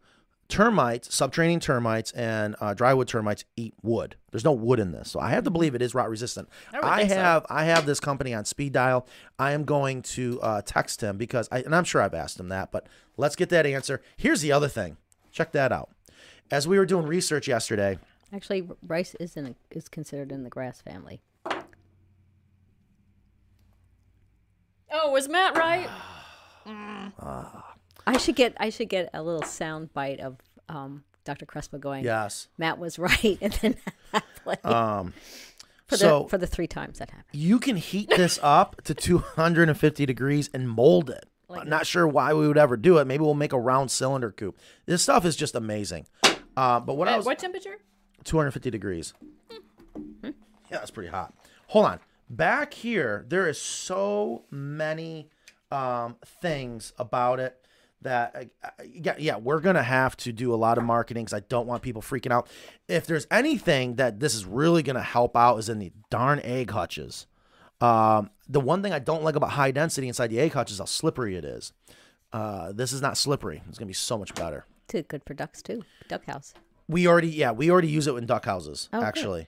Termites, subterranean termites, and uh, drywood termites eat wood. There's no wood in this, so I have to Mm. believe it is rot resistant. I, have I have this company on speed dial. I am going to uh, text him because I and I'm sure I've asked him that, but let's get that answer. Here's the other thing. Check that out. As we were doing research yesterday, Actually, r- rice is in a, is considered in the grass family. Oh, was Matt right? I should get I should get a little sound bite of um, Dr. Crespo going. yes. Matt was [LAUGHS] right, and then that play. Um, for so the for the three times that happened. you can heat [LAUGHS] this up to 250 degrees and mold it. I'm not sure why we would ever do it. Maybe we'll make a round cylinder coop. This stuff is just amazing. Uh, but what I At was what temperature? 250 degrees. Yeah, that's pretty hot. Hold on. Back here, there is so many um, things about it that I- I- yeah, yeah, we're gonna have to do a lot of marketing because I don't want people freaking out. If there's anything that this is really gonna help out is in the darn egg hutches. Um, the one thing I don't like about high density inside the egg hutch is how slippery it is. Uh, this is not slippery. It's gonna be so much better. Too good for ducks too. Duck house. We already, yeah, we already use it in duck houses, Oh, good. actually.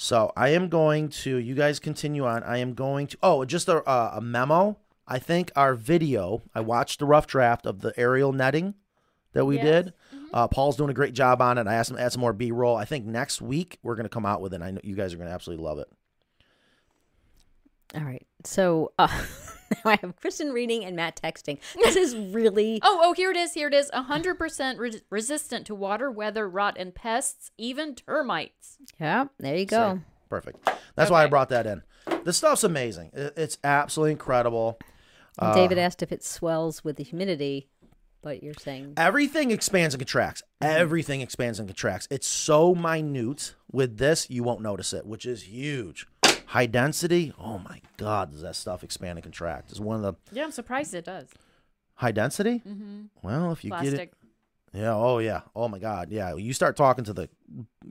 So I am going to, you guys continue on. I am going to, oh, just a, uh, a memo. I think our video, I watched the rough draft of the aerial netting that we Yes. did. Mm-hmm. Uh, Paul's doing a great job on it. I asked him to add some more B roll. I think next week we're going to come out with it. and I know you guys are going to absolutely love it. All right. So [LAUGHS] uh, now I have Kristen reading and Matt texting. This is really [LAUGHS] Oh, oh, here it is. Here it is. 100% re- resistant to water, weather, rot, and pests, even termites. yeah. There you go. Perfect. That's why I brought that in. This stuff's amazing. It- It's absolutely incredible. And Uh, David asked if it swells with the humidity, but you're saying Everything expands and contracts. Mm-hmm. Everything expands and contracts. It's so minute. With this, you won't notice it, which is huge. High density. Oh my God, does that stuff expand and contract? Is one of the Yeah, I'm surprised it does. high density? Mm-hmm. Well, if you get it, Plastic. yeah. Oh yeah. Oh my God. Yeah. You start talking to the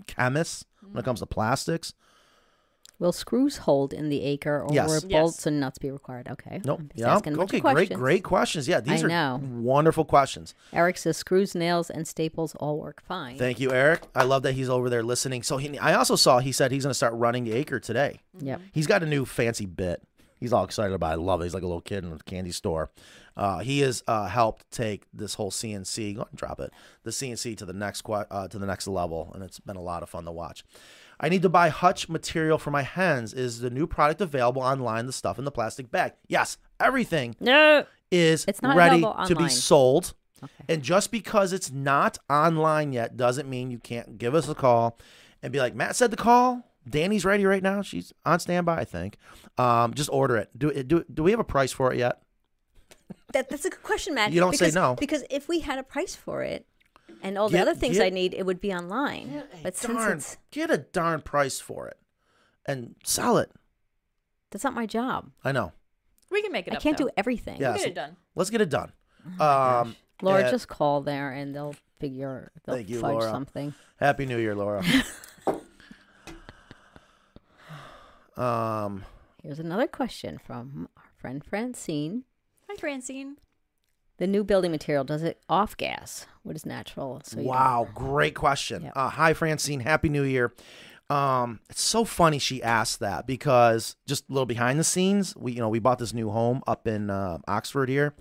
chemists Mm-hmm. when it comes to plastics. will screws hold in the acre or Yes. will Yes. bolts and nuts be required? Okay. Nope. I'm just Yeah. asking a bunch of Okay. Great. questions. Great questions. Yeah. These I are know. wonderful questions. Eric says screws, nails, and staples all work fine. Thank you, Eric. I love that he's over there listening. So he, I also saw he said he's going to start running the acre today. Yep. He's got a new fancy bit. He's all excited about. it. I love it. He's like a little kid in a candy store. Uh, he has uh, helped take this whole CNC. Go ahead and drop it. The CNC to the next que- uh, to the next level, and it's been a lot of fun to watch. I need to buy hutch material for my hens. Is the new product available online? The stuff in the plastic bag. Yes, everything. No. Is It's not ready available to be online. sold. And just because it's not online yet doesn't mean you can't give us a call and be like, Matt said to call. Danny's ready right now. She's on standby, I think. Um, just order it. Do do do we have a price for it yet? That, that's a good question, Matt. You don't say because- no. Because if we had a price for it and all the Get- other things get- I need, it would be online. but since Darn, it's get a darn price for it and sell it. that's not my job. I know. We can make it I up, can't though. do everything. Yeah, We'll so get it done. Let's get it done. um, Oh Laura, and- just call there and they'll figure they'll thank you, fudge Laura. something. Happy New Year, [LAUGHS] Laura. um, Here's another question from our friend Francine. Hi, Francine. The new building material, does it off gas? What is natural? So you don't- wow, great question. Uh, hi, Francine. Happy New Year. Um, it's so funny she asked that because just a little behind the scenes, we you know we bought this new home up in uh, Oxford here,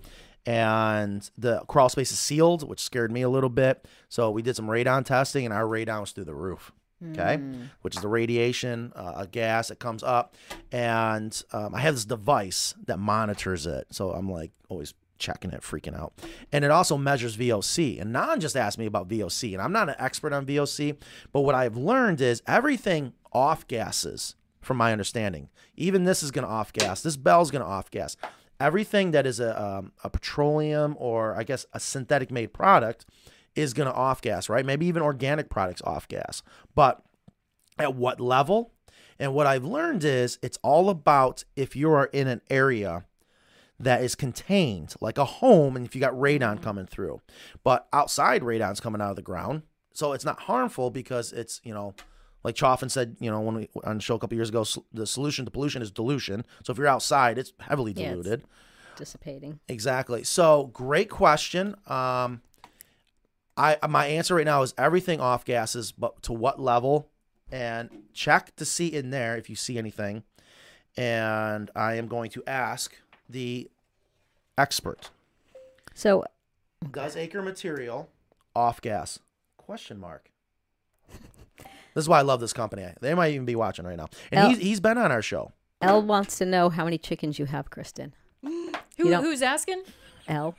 and the crawl space is sealed, which scared me a little bit. So we did some radon testing, and our radon was through the roof. Okay, which is the radiation, uh, a gas that comes up, and um, I have this device that monitors it. So I'm like always checking it, freaking out. And it also measures VOC. And Nan just asked me about VOC, and I'm not an expert on VOC, but what I've learned is everything off gases, from my understanding. Even this is going to off gas. This bell's going to off gas. Everything that is a, um, a petroleum or I guess a synthetic made product is going to off gas, right? Maybe even organic products off gas. But at what level? And what I've learned is it's all about if you are in an area that is contained, like a home, and if you got radon coming through. But outside radon's coming out of the ground, so it's not harmful because it's you know, like Chaffin said, you know, when we on the show a couple years ago, s- the solution to pollution is dilution. So if you're outside, it's heavily Yeah, it's- diluted. dissipating. Exactly. So great question. Um, I my answer right now is everything off gases, but to what level? And check to see in there if you see anything. And I am going to ask the expert: So Does acre material off gas? Question mark. This is why I love this company. They might even be watching right now, and El- he's, he's been on our show. Elle wants to know how many chickens you have, Kristen. Who, don't- who's asking? Elle,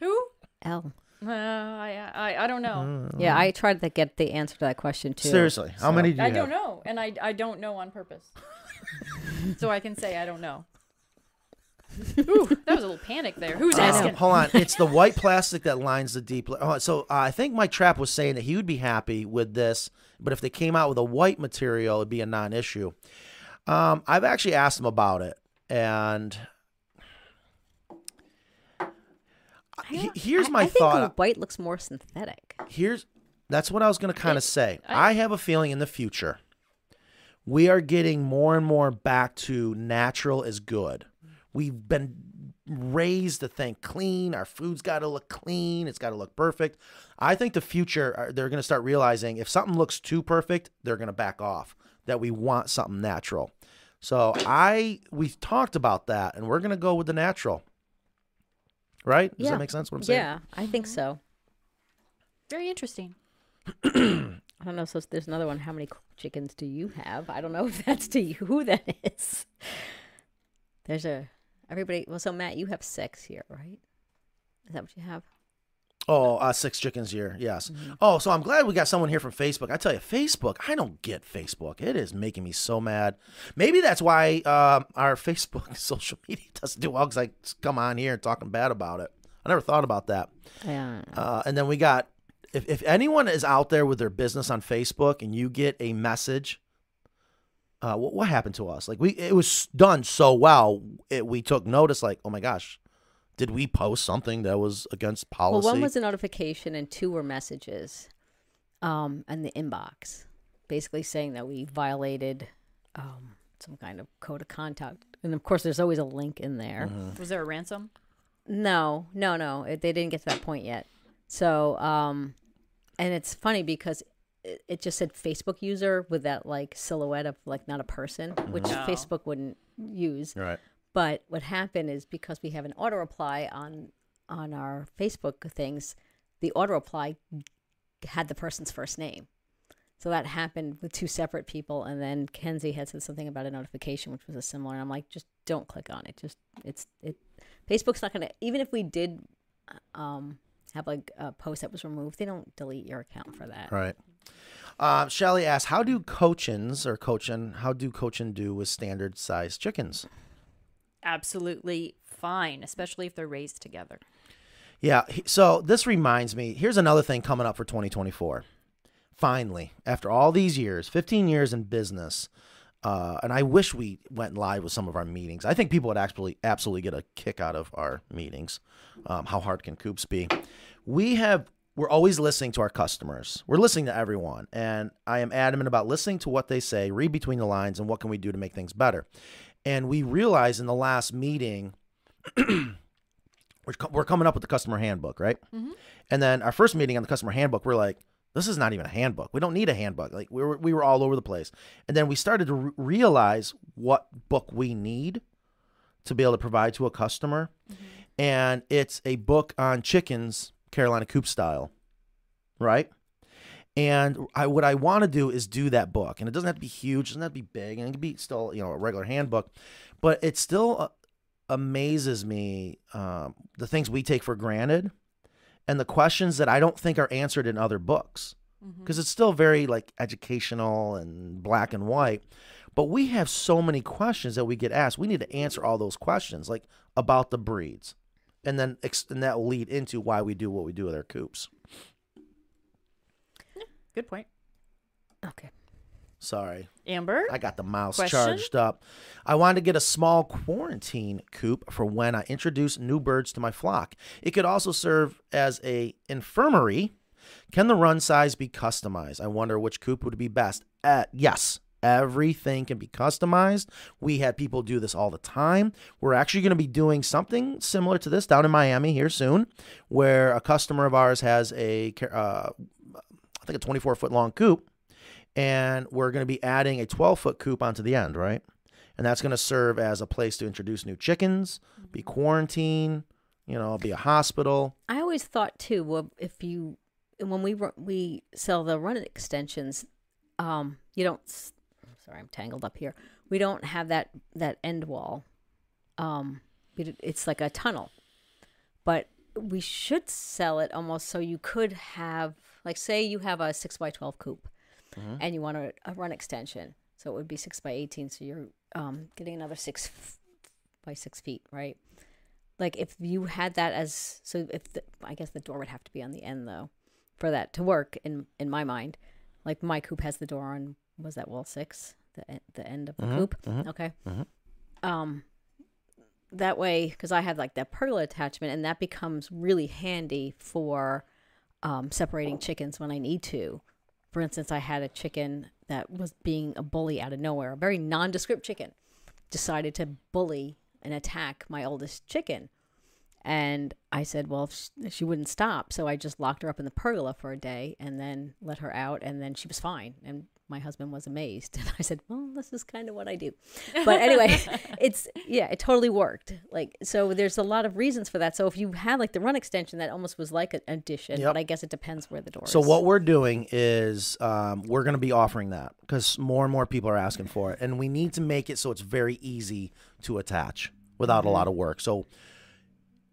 Who? Elle. Uh, I, I I don't Uh, know. Yeah, I tried to get the answer to that question too. Uh-huh. Seriously, how many do you I have? don't know, and I I don't know [LAUGHS] on purpose. so I can say I don't know. Ooh, that was a little panic there. Who's Um, asking? hold on. It's the white plastic that lines the deep. la- Oh, so uh, I think Mike Trapp was saying that he would be happy with this, but if they came out with a white material, it'd be a non issue. Um, I've actually asked him about it, and he- here's my I think thought. uh, white looks more synthetic. Here's that's what I was going to kind of say. I, have a feeling in the future we are getting more and more back to natural is good. We've been raised to think clean, our food's got to look clean, it's got to look perfect. I think the future uh, they're going to start realizing if something looks too perfect, they're going to back off that we want something natural. So I we've talked about that and we're going to go with the natural. Right? Does that make sense what I'm saying? Yeah, I think so. Very interesting. I don't know. So there's another one. How many cooked chickens do you have? I don't know [LAUGHS] if that's to you who that is. There's a everybody. Well, so Matt, you have six here, right? Is that what you have? Oh, uh, six chickens here. Yes. Mm-hmm. Oh, so I'm glad we got someone here from Facebook. I tell you, Facebook, I don't get Facebook. It is making me so mad. Maybe that's why um, our [LAUGHS] Facebook social media doesn't do well because I come on here and talking bad about it. I never thought about that. Yeah. Uh, and then we got if, if anyone is out there with their business on Facebook and you get a message, uh, what, what happened to us? Like we it was done so well, it, we took notice. Like, oh my gosh, did we post something that was against policy? Well, one was a notification and two were messages um, in the inbox, basically saying that we violated um, some kind of code of conduct. And of course, there's always a link in there. Mm-hmm. Was there a ransom? No, no, no. It, they didn't get to that point yet. So, um, and it's funny because it, it just said Facebook user with that like silhouette of like not a person, which Mhm. No. Facebook wouldn't use. Right. But what happened is because we have an auto reply on on our Facebook things, the auto reply had the person's first name. So that happened with two separate people, and then Kenzie had said something about a notification, which was a similar. And I'm like, just don't click on it. Just it's it. Facebook's not gonna. Even if we did, um, have like a post that was removed, they don't delete your account for that. Right. Uh, Shelly asks, "How do cochins or cochin? How do cochin do with standard sized chickens?" Absolutely fine, especially if they're raised together. Yeah. he- So this reminds me. Here's another thing coming up for 2024. Finally, after all these years, 15 years in business, uh, and I wish we went live with some of our meetings. I think people would actually absolutely get a kick out of our meetings. Um, how hard can coops be? We have. We're always listening to our customers. We're listening to everyone, and I am adamant about listening to what they say, read between the lines, and what can we do to make things better. And we realized in the last meeting we're, co- we're coming up with the customer handbook, right? And then our first meeting on the customer handbook, we're like, this is not even a handbook. We don't need a handbook. Like we were, we were all over the place. And then we started to re- realize what book we need to be able to provide to a customer. And it's a book on chickens, Carolina coop style, right? And I what I want to do is do that book, and it doesn't have to be huge, doesn't have to be big, and it can be still you know a regular handbook, but it still uh, amazes me um, the things we take for granted, and the questions that I don't think are answered in other books because it's still very like educational and black and white. But we have so many questions that we get asked. We need to answer all those questions, like about the breeds, and then ex- and that will lead into why we do what we do with our coops. Good point. Sorry. Amber? I got the mouse Question? charged up. I wanted to get a small quarantine coop for when I introduce new birds to my flock. It could also serve as a infirmary. Can the run size be customized? I wonder which coop would be best. Uh, yes, everything can be customized. We had people do this all the time. We're actually going to be doing something similar to this down in Miami here soon, where a customer of ours has a ca- uh, I think a 24 foot long coop, and we're going to be adding a 12 foot coop onto the end, right? And that's going to serve as a place to introduce new chickens, be quarantine, you know, be a hospital. I always thought too. Well, if you when we ru- we sell the run extensions, um, you don't. s- Sorry, I'm tangled up here. We don't have that that end wall. Um, it- it's like a tunnel, but we should sell it almost so you could have like say you have a six by twelve coupe, and you want a, a run extension, so it would be six by eighteen. So you're um, getting another six f- by six feet, right? like if you had that as so if the, i guess the door would have to be on the end though for that to work in in my mind like my coupe has the door on was that wall six the e- the end of the Mhm, coop. mhm, Okay. mhm. Um, that way, because I have like that pergola attachment, and that becomes really handy for um, separating chickens when I need to. For instance, I had a chicken that was being a bully out of nowhere, a very nondescript chicken, decided to bully and attack my oldest chicken. And I said, well, if sh- if she wouldn't stop. So I just locked her up in the pergola for a day and then let her out. And then she was fine. And my husband was amazed. [LAUGHS] And I said, well, this is kind of what I do. But anyway, it's, yeah, it totally worked. Like, so there's a lot of reasons for that. So if you had like the run extension, that almost was like an addition. Yep. But I guess it depends where the door So is. what we're doing is um, we're going to be offering that because more and more people are asking for it, and we need to make it so it's very easy to attach without a lot of work. So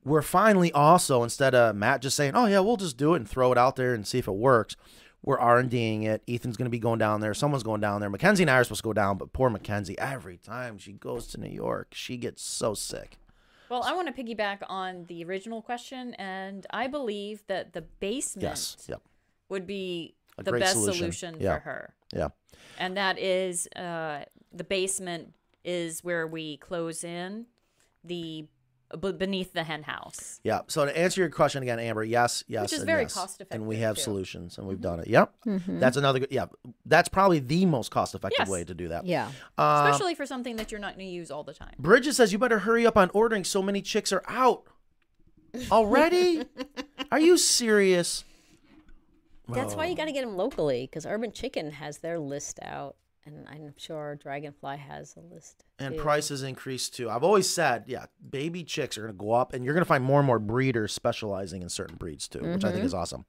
we're finally also instead of Matt just saying, "Oh yeah, we'll just do it and throw it out there and see if it works," we're R and Ding it. Ethan's going to be going down there. Someone's going down there. Mackenzie and I are supposed to go down, but poor Mackenzie, every time she goes to New York, she gets so sick. Well, I want to piggyback on the original question, and I believe that the basement Yes. Yep. would be A the great best solution. solution, Yeah. for her. Yeah. And that is uh, the basement is where we close in the b- beneath the hen house. Yeah. So to answer your question again, Amber, yes, yes, is and very yes. And cost-effective, we have too. Mm-hmm. solutions, and we've done it. Yep. Mhm. That's another. good Yeah. That's probably the most cost-effective Yes. way to do that. Yeah. Um, Especially for something that you're not going to use all the time. Bridget says you better hurry up on ordering. So many chicks are out already. are you serious? That's why you Well, got to get them locally because Urban Chicken has their list out, and I'm sure Dragonfly has a list. And too. prices increase too. I've always said, yeah, baby chicks are going to go up, and you're going to find more and more breeders specializing in certain breeds too, which I think Mhm. is awesome.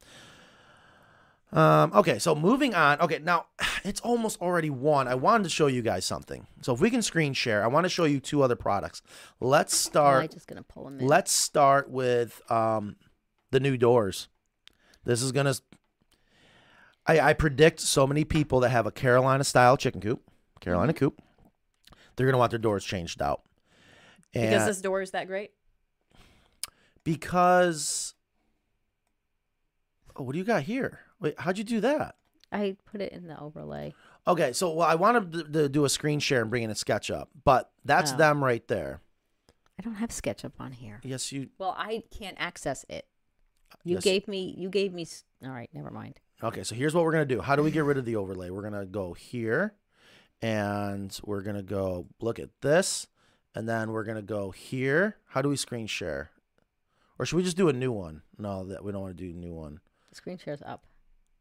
Um, okay, so moving on. Okay, now [SIGHS] it's almost already one. I wanted to show you guys something. So if we can screen share, I want to show you two other products. Let's Am I start. just gonna pull them in. Let's start with um, the new doors. This is gonna. I, I predict so many people that have a Carolina style chicken coop, Carolina Mm-hmm. coop, they're gonna want their doors changed out. And Because this door is that great. because. Oh, what do you got here? Wait, how'd you do that? I put it in the overlay. Okay, so well, I wanted to, to do a screen share and bring in a sketch up, but that's Oh. them right there. I don't have SketchUp on here. Yes, you. Well, I can't access it. You Yes. gave me. You gave me. s- All right, never mind. Okay, so here's what we're gonna do. How do we get rid of the overlay? We're gonna go here, and we're gonna go look at this, and then we're gonna go here. How do we screen share? Or should we just do a new one? No, that we don't want to do a new one. The screen share's up.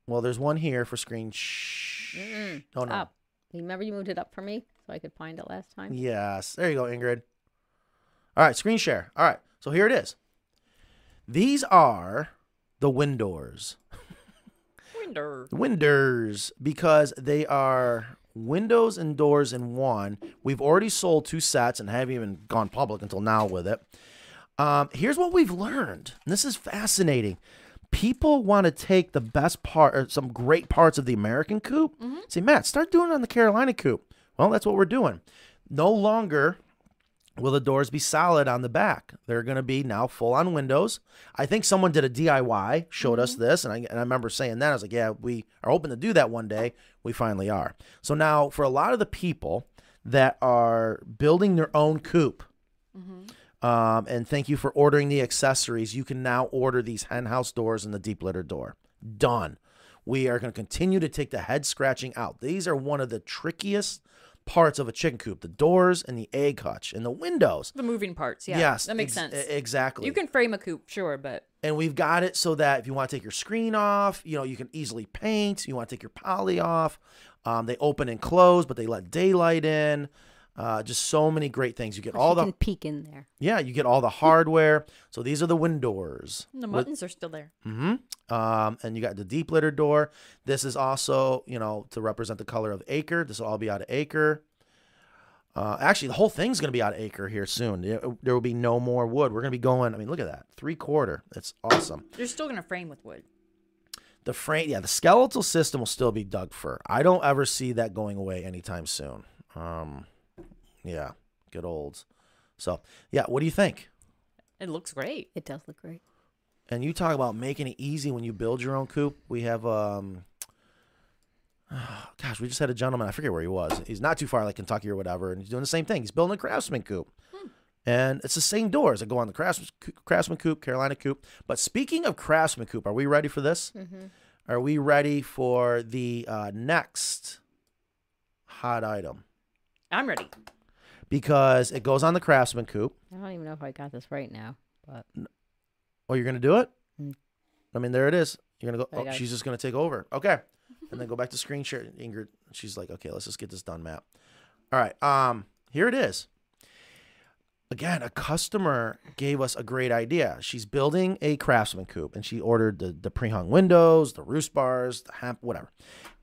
Well, there's one here for screen. Sh- oh, Mm-mm, no, it's no. Up. You Remember you moved it up for me so I could find it last time. Yes. There you go, Ingrid. All right, screen share. All right, so here it is. These are the windows. Window. Windows, because they are windows and doors in one. We've already sold two sets and haven't even gone public until now with it. Um, here's what we've learned. And this is fascinating. People want to take the best part, or some great parts of the American coop. Say, Matt, start doing it on the Carolina coop. Well, that's what we're doing. No longer will the doors be solid on the back. They're going to be now full on windows. I think someone did a DIY, showed us this, and I, and I remember saying that. I was like, yeah, we are hoping to do that one day. We finally are. So now, for a lot of the people that are building their own coop, um, and thank you for ordering the accessories. You can now order these hen house doors and the deep litter door. Done. We are going to continue to take the head scratching out. These are one of the trickiest parts of a chicken coop the doors and the egg hutch and the windows. The moving parts. Yeah. yes. That makes ex- e, sense. Exactly. You can frame a coop, sure, but and we've got it so that if you want to take your screen off, you know, you can easily paint. You want to take your poly off. Um, they open and close, but they let daylight in. Uh, just so many great things. You get Plus all you the can peek in there. yeah, you get all the hardware. So these are the windows. the muttons are still there. hmm Um, and you got the deep litter door. This is also, you know, to represent the color of acre. This will all be out of acre. Uh, actually, the whole thing's going to be out of acre here soon. There there will be no more wood. We're going to be going, I mean, look at that. Three quarter. That's awesome. You're still going to frame with wood. The frame, yeah, the skeletal system will still be dug for. I don't ever see that going away anytime soon. Um, yeah, good old. So, yeah, what do you think? It looks great. It does look great. and you talk about making it easy when you build your own coop. We have um, [SIGHS] gosh, we just had a gentleman. I forget where he was. He's not too far, like Kentucky or whatever, and he's doing the same thing. He's building a craftsman coop, and it's the same doors that go on the craftsman craftsman coop, Carolina coop. But speaking of craftsman coop, are we ready for this? Mhm. Are we ready for the uh, next hot item? I'm ready. Because it goes on the craftsman coop. I don't even know if I got this right now, but Oh, you're gonna do it? I mean, there it is. You're gonna I go. Oh, got it. she's just gonna take over. Okay, and then go back to screen share. Ingrid, she's like, okay, let's just get this done, Matt. All right. Um, here it is. Again, a customer gave us a great idea. She's building a craftsman coupe, and she ordered the the pre-hung windows, the roost bars, the hemp, whatever.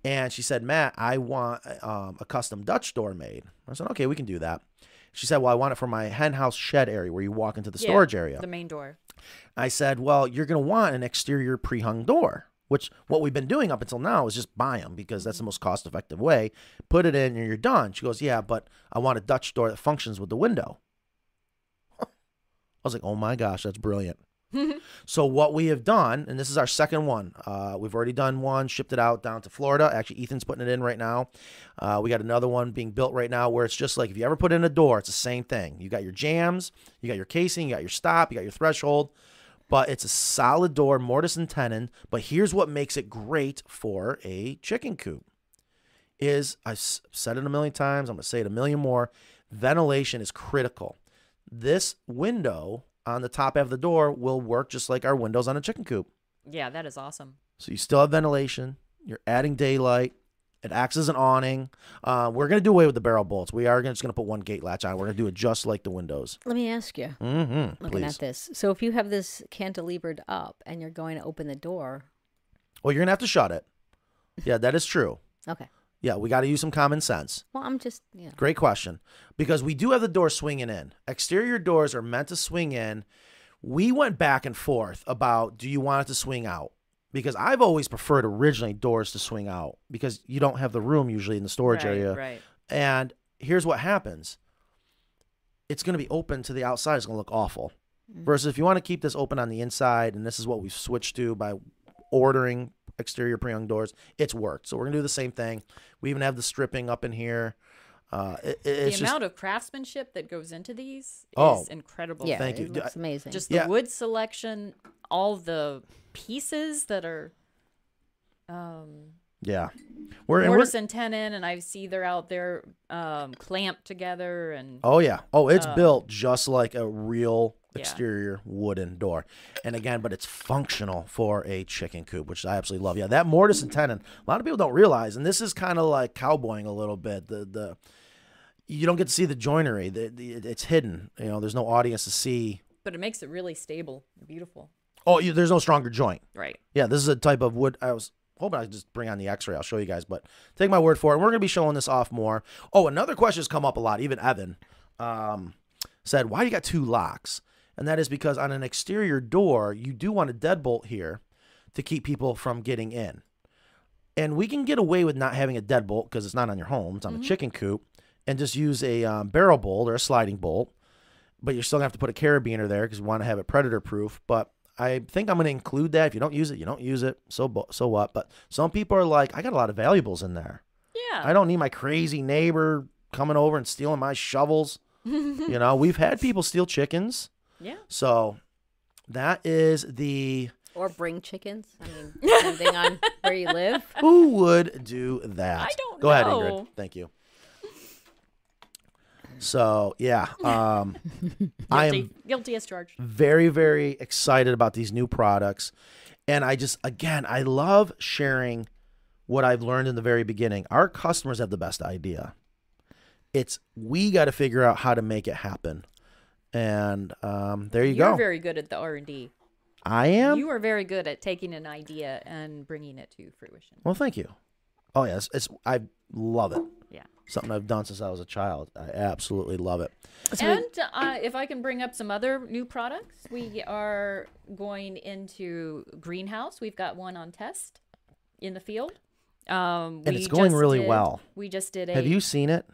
And she said, Matt, I want um, a custom Dutch door made. I said, okay, we can do that. She said, well, I want it for my hen house shed area where you walk into the Yeah, storage area. The main door. I said, "Well, you're going to want an exterior pre-hung door." Which what we've been doing up until now is just buy them because that's the most cost-effective way. Put it in and you're done. She goes, "Yeah, but I want a Dutch door that functions with the window." I was like, "Oh my gosh, that's brilliant." So what we have done, and this is our second one. Uh, we've already done one, shipped it out down to Florida. Actually, Ethan's putting it in right now. Uh, we got another one being built right now where it's just like if you ever put in a door, it's the same thing. You got your jams, you got your casing, you got your stop, you got your threshold, but it's a solid door, mortise and tenon. But here's what makes it great for a chicken coop: is I've s- said it a million times. I'm gonna say it a million more. Ventilation is critical this window on the top half of the door will work just like our windows on a chicken coop. Yeah, that is awesome. So you still have ventilation. You're adding daylight. It acts as an awning. Uh, we're gonna do away with the barrel bolts. We are gonna, just gonna put one gate latch on. We're gonna do it just like the windows. let me ask you. Mm-hmm. Looking Please. at this, so if you have this cantilevered up and you're going to open the door, Well, you're gonna have to shut it. Yeah, that is true. okay. Yeah, we got to use some common sense. Well, I'm just you know. Great question. Because we do have the door swinging in. Exterior doors are meant to swing in. We went back and forth about do you want it to swing out? Because I've always preferred originally doors to swing out because you don't have the room usually in the storage Right, area. right. And here's what happens it's going to be open to the outside. It's going to look awful. Mm. Versus if you want to keep this open on the inside, and this is what we've switched to by ordering exterior pre-hung doors, it's worked. So we're going to do the same thing. We even have the stripping up in here. Uh, it, it- the it's just, amount of craftsmanship that goes into these Oh. is incredible. Yeah, Thank it you. Do- looks amazing. Just the Yeah. wood selection, all the pieces that are um, yeah, we're, and we're mortise and tenon, and I see they're out there um, clamped together, and Oh yeah. Oh, it's Uh, built just like a real Yeah. exterior wooden door. And again, but it's functional for a chicken coop, which I absolutely love. Yeah, that mortise and tenon. A lot of people don't realize, and this is kind of like cowboying a little bit. The the you don't get to see the joinery. The, the, it's hidden. You know, there's no audience to see. but it makes it really stable, and beautiful. Oh, you, there's no stronger joint. Right. Yeah, this is a type of wood. I was hoping I could just bring on the X-ray. I'll show you guys, but take my word for it. We're going to be showing this off more. Oh, another question's come up a lot. Even Evan um, said, "Why do you got two locks?" And that is because on an exterior door, you do want a deadbolt here to keep people from getting in. And we can get away with not having a deadbolt because it's not on your home; it's on the chicken coop, and just use a um, barrel bolt or a sliding bolt but you're still gonna have to put a carabiner there because we want to have it predator proof. But I think I'm gonna include that. If you don't use it, you don't use it. So bo- so what? But some people are like, I got a lot of valuables in there. Yeah. I don't need my crazy neighbor coming over and stealing my [LAUGHS] shovels. you know, we've had people steal chickens. Yeah. So that is [LAUGHS] the Or bring chickens. I [LAUGHS] mean, depending on where you live. who would do that. I don't Go ahead, Ingrid. know. Thank you. So yeah, [LAUGHS] um, I am Guilty- Guilty as charged. very very excited about these new products and i just again i love sharing what i've learned in the very beginning our customers have the best idea it's we got to figure out how to make it happen and um, there you You're go very good at the R and D. i am You are very good at taking an idea and bringing it to fruition. well thank you oh yes it's i love it Yeah. something i've done since i was a child i absolutely love it and uh, if I can bring up some other new products, we are going into greenhouse. We've got one on test in the field. Um, And we it's going just really did- well. We just did a. have you seen it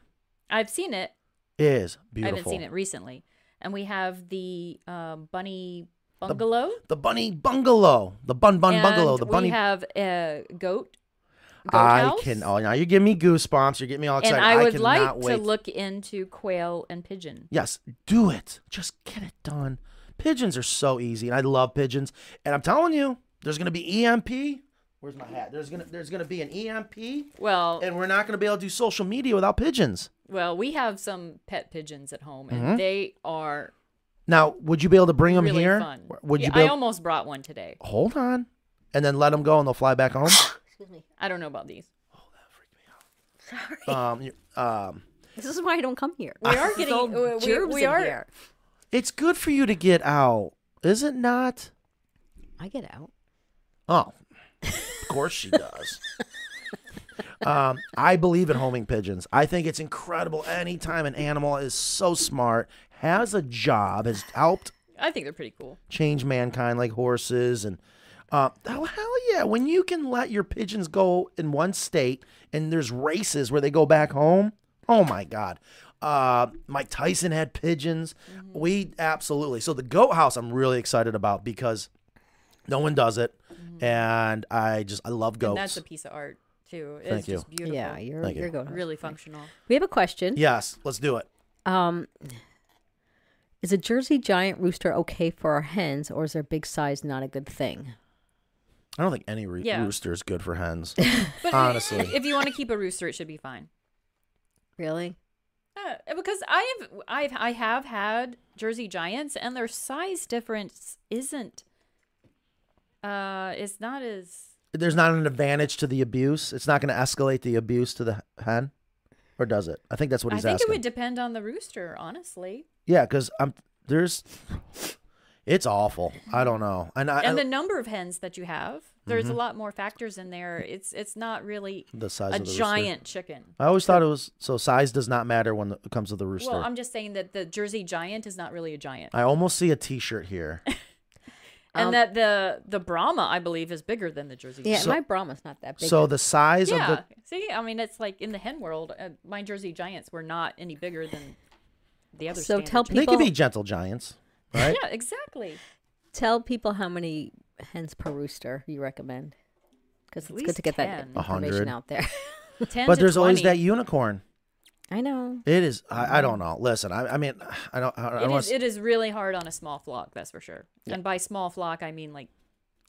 I've seen it. it is I beautiful haven't seen it recently. And we have the um, bunny bungalow. the bunny bungalow the bun bun bungalow and the bunny We have a goat. I Goathouse? can. Oh, now you're giving me goosebumps. You're getting me all and excited. I would cannot like wait. to look into quail and pigeon. Yes, do it. Just get it done. Pigeons are so easy, and I love pigeons. And I'm telling you, there's gonna be EMP. Where's my hat? There's gonna there's gonna be an EMP. Well, and we're not gonna be able to do social media without pigeons. Well, we have some pet pigeons at home, and Mhm. they are Now, would you be able to bring them really here? fun. Would Yeah, you be? I Able- almost brought one today. Hold on, and then let them go, and they'll fly [LAUGHS] back home. I don't know about these. um, you- um, [LAUGHS] This is why I don't come here. We are [LAUGHS] There's getting- all we- we- germs we in are- here. it's good for you to get out, is it not? I get out. Oh, of course she does. [LAUGHS] um, I believe in homing pigeons. I think it's incredible. Anytime an animal is so smart, has a job, has helped I think they're pretty cool. change mankind like horses and. Uh, oh, hell yeah. When you can let your pigeons go in one state and there's races where they go back home. Oh my God. Uh, Mike Tyson had pigeons. Mm-hmm. We absolutely. So the goat house, I'm really excited about because no one does it. And I just, I love goats. Mm-hmm. And that's a piece of art too. It's Thank you. just beautiful. Yeah, you're- Thank you. you're going- really functional. We have a question. Yes, let's do it. Um, is a Jersey giant rooster okay for our hens, or is their big size not a good thing? I don't think any re- Yeah. rooster is good for [LAUGHS] hens. But honestly. [LAUGHS] if you want to keep a rooster, it should be fine. Really? Uh, because I have, I've, I have had Jersey Giants, and their size difference isn't. Uh, it's not as there's not an advantage to the abuse. It's not going to escalate the abuse to the hen, or does it? I think that's what I he's think asking. it would depend on the rooster, honestly. Yeah, because I'm there's, it's awful. I don't know, and I, and I- the number of hens that you have. There's a Mhm. lot more factors in there. It's it's not really The size a of the rooster. giant chicken. I always thought it was so size does not matter when it comes to the rooster. Well, I'm just saying that the Jersey giant is not really a giant, I almost see a T-shirt [LAUGHS] here. and Um, that the the Brahma I believe is bigger than the Jersey. Yeah, giant. So- my Brahma's not that big. so the size yeah. of the See, I mean, it's like in the hen world, uh, my Jersey giants were not any bigger than the other. So standard tell chicken. they can be people- gentle giants, right? [LAUGHS] Yeah, exactly. Tell people how many hens per rooster you recommend, because At it's good least to get 10. that A hundred. information out there. [LAUGHS] 10 But to there's always 20. that unicorn. I know. It is. I, I don't know. Listen, I, I mean, [SIGHS] I don't. I, Mm-hmm. It don't is, it is really hard on a small flock, that's for sure. And by small flock, I mean like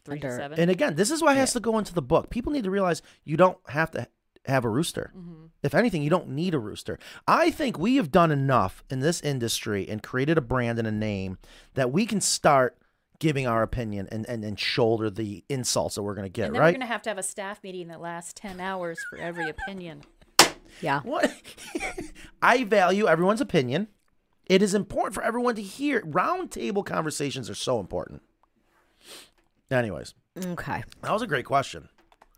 three to Under- seven. And again, this is why it has to go into the book. People need to realize you don't have to have a rooster. Mm-hmm. If anything, you don't need a rooster. I think we have done enough in this industry and created a brand and a name that we can start giving our opinion and, and, and shoulder the insults that we're going to get, and then right? we're gonna have to have a staff meeting that lasts ten hours for every opinion. Yeah. [LAUGHS] What? [LAUGHS] I value everyone's opinion. It is important for everyone to hear. Roundtable conversations are so important. Anyways, Okay. that was a great question.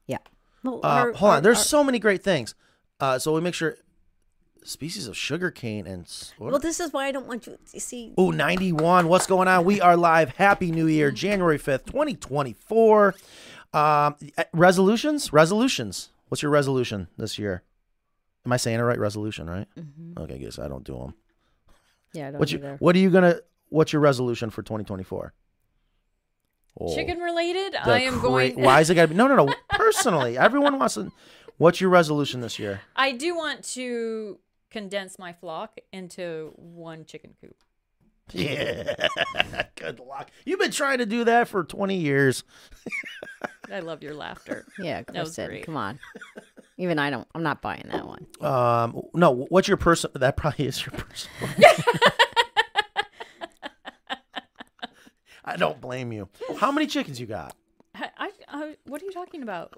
Yeah. Well, Uh, our- hold our- on. There's our- so many great things. Uh, so we make sure species of sugarcane and s- what Well, this is why I don't want you. You see, Ooh, 91. What's going on? We are live. Happy New Mm-hmm. Year, January 5th, 2024. Um, eh, resolutions? Resolutions. What's your resolution this year? Am I saying it right? Resolution, right? Okay, I guess I don't do them. yeah, Mm-hmm. I don't What's What's your, what are you going to, what's your resolution for 2024? Oh, Chicken related, the I am cra- going. Why is it [LAUGHS] got to be? No, no, no. Personally, everyone wants to. What's your resolution this year? I do want to condense my flock into one chicken coop. Yeah. [LAUGHS] Good luck. You've been trying to do that for 20 years. I love [LAUGHS] your laughter. Yeah, That was Kristen, great. come [LAUGHS] on. Even I don't. I'm not buying that one. Um, no, what's your person? That probably is your personal. [LAUGHS] I don't blame you. How many chickens you got? I, I, I, what are you talking about?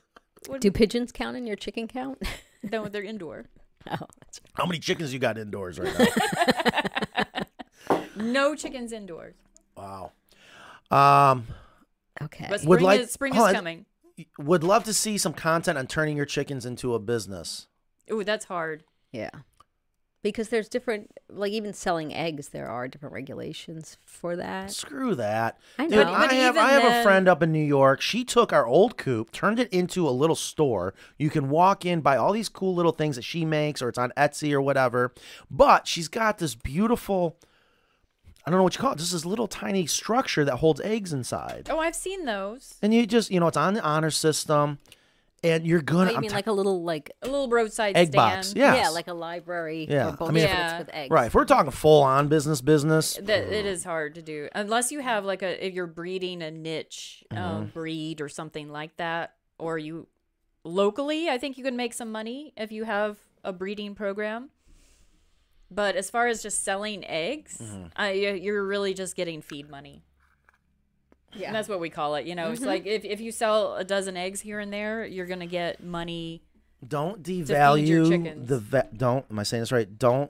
What, Do pigeons count in your chicken count? [LAUGHS] no, they're indoor. oh, that's How many chickens you got indoors right now? No chickens indoors. [LAUGHS] wow. Um, okay. But spring, Would like- is, spring hold on. is coming. would love to see some content on turning your chickens into a business. Ooh, that's hard. Yeah. Because there's different, like even selling eggs, there are different regulations for that. Screw that. I Dude, know. I But have even I have a then- friend up in New York. She took our old coop, turned it into a little store. You can walk in, buy all these cool little things that she makes, or it's on Etsy or whatever. But she's got this beautiful I don't know what you call it, just this little tiny structure that holds eggs inside. Oh, I've seen those. And you just you know, it's on the honor system. and you're Oh, gonna. you I'm mean t- like a little like a little roadside Egg box, stand. yes. yeah, like a library Yeah, for both I mean, if- sides with eggs. right? If we're talking full on business, business. That it is hard to do unless you have like a if you're breeding a niche um, breed or something like that, or you locally. I think you can make some money if you have a breeding program. But as far as just selling eggs, I, you're really just getting feed money. Yeah. And that's what we call it. You know, it's like if, if you sell a dozen eggs here and there, you're gonna get money. Don't your devalue chickens. the va- don't. Am I saying this right? Don't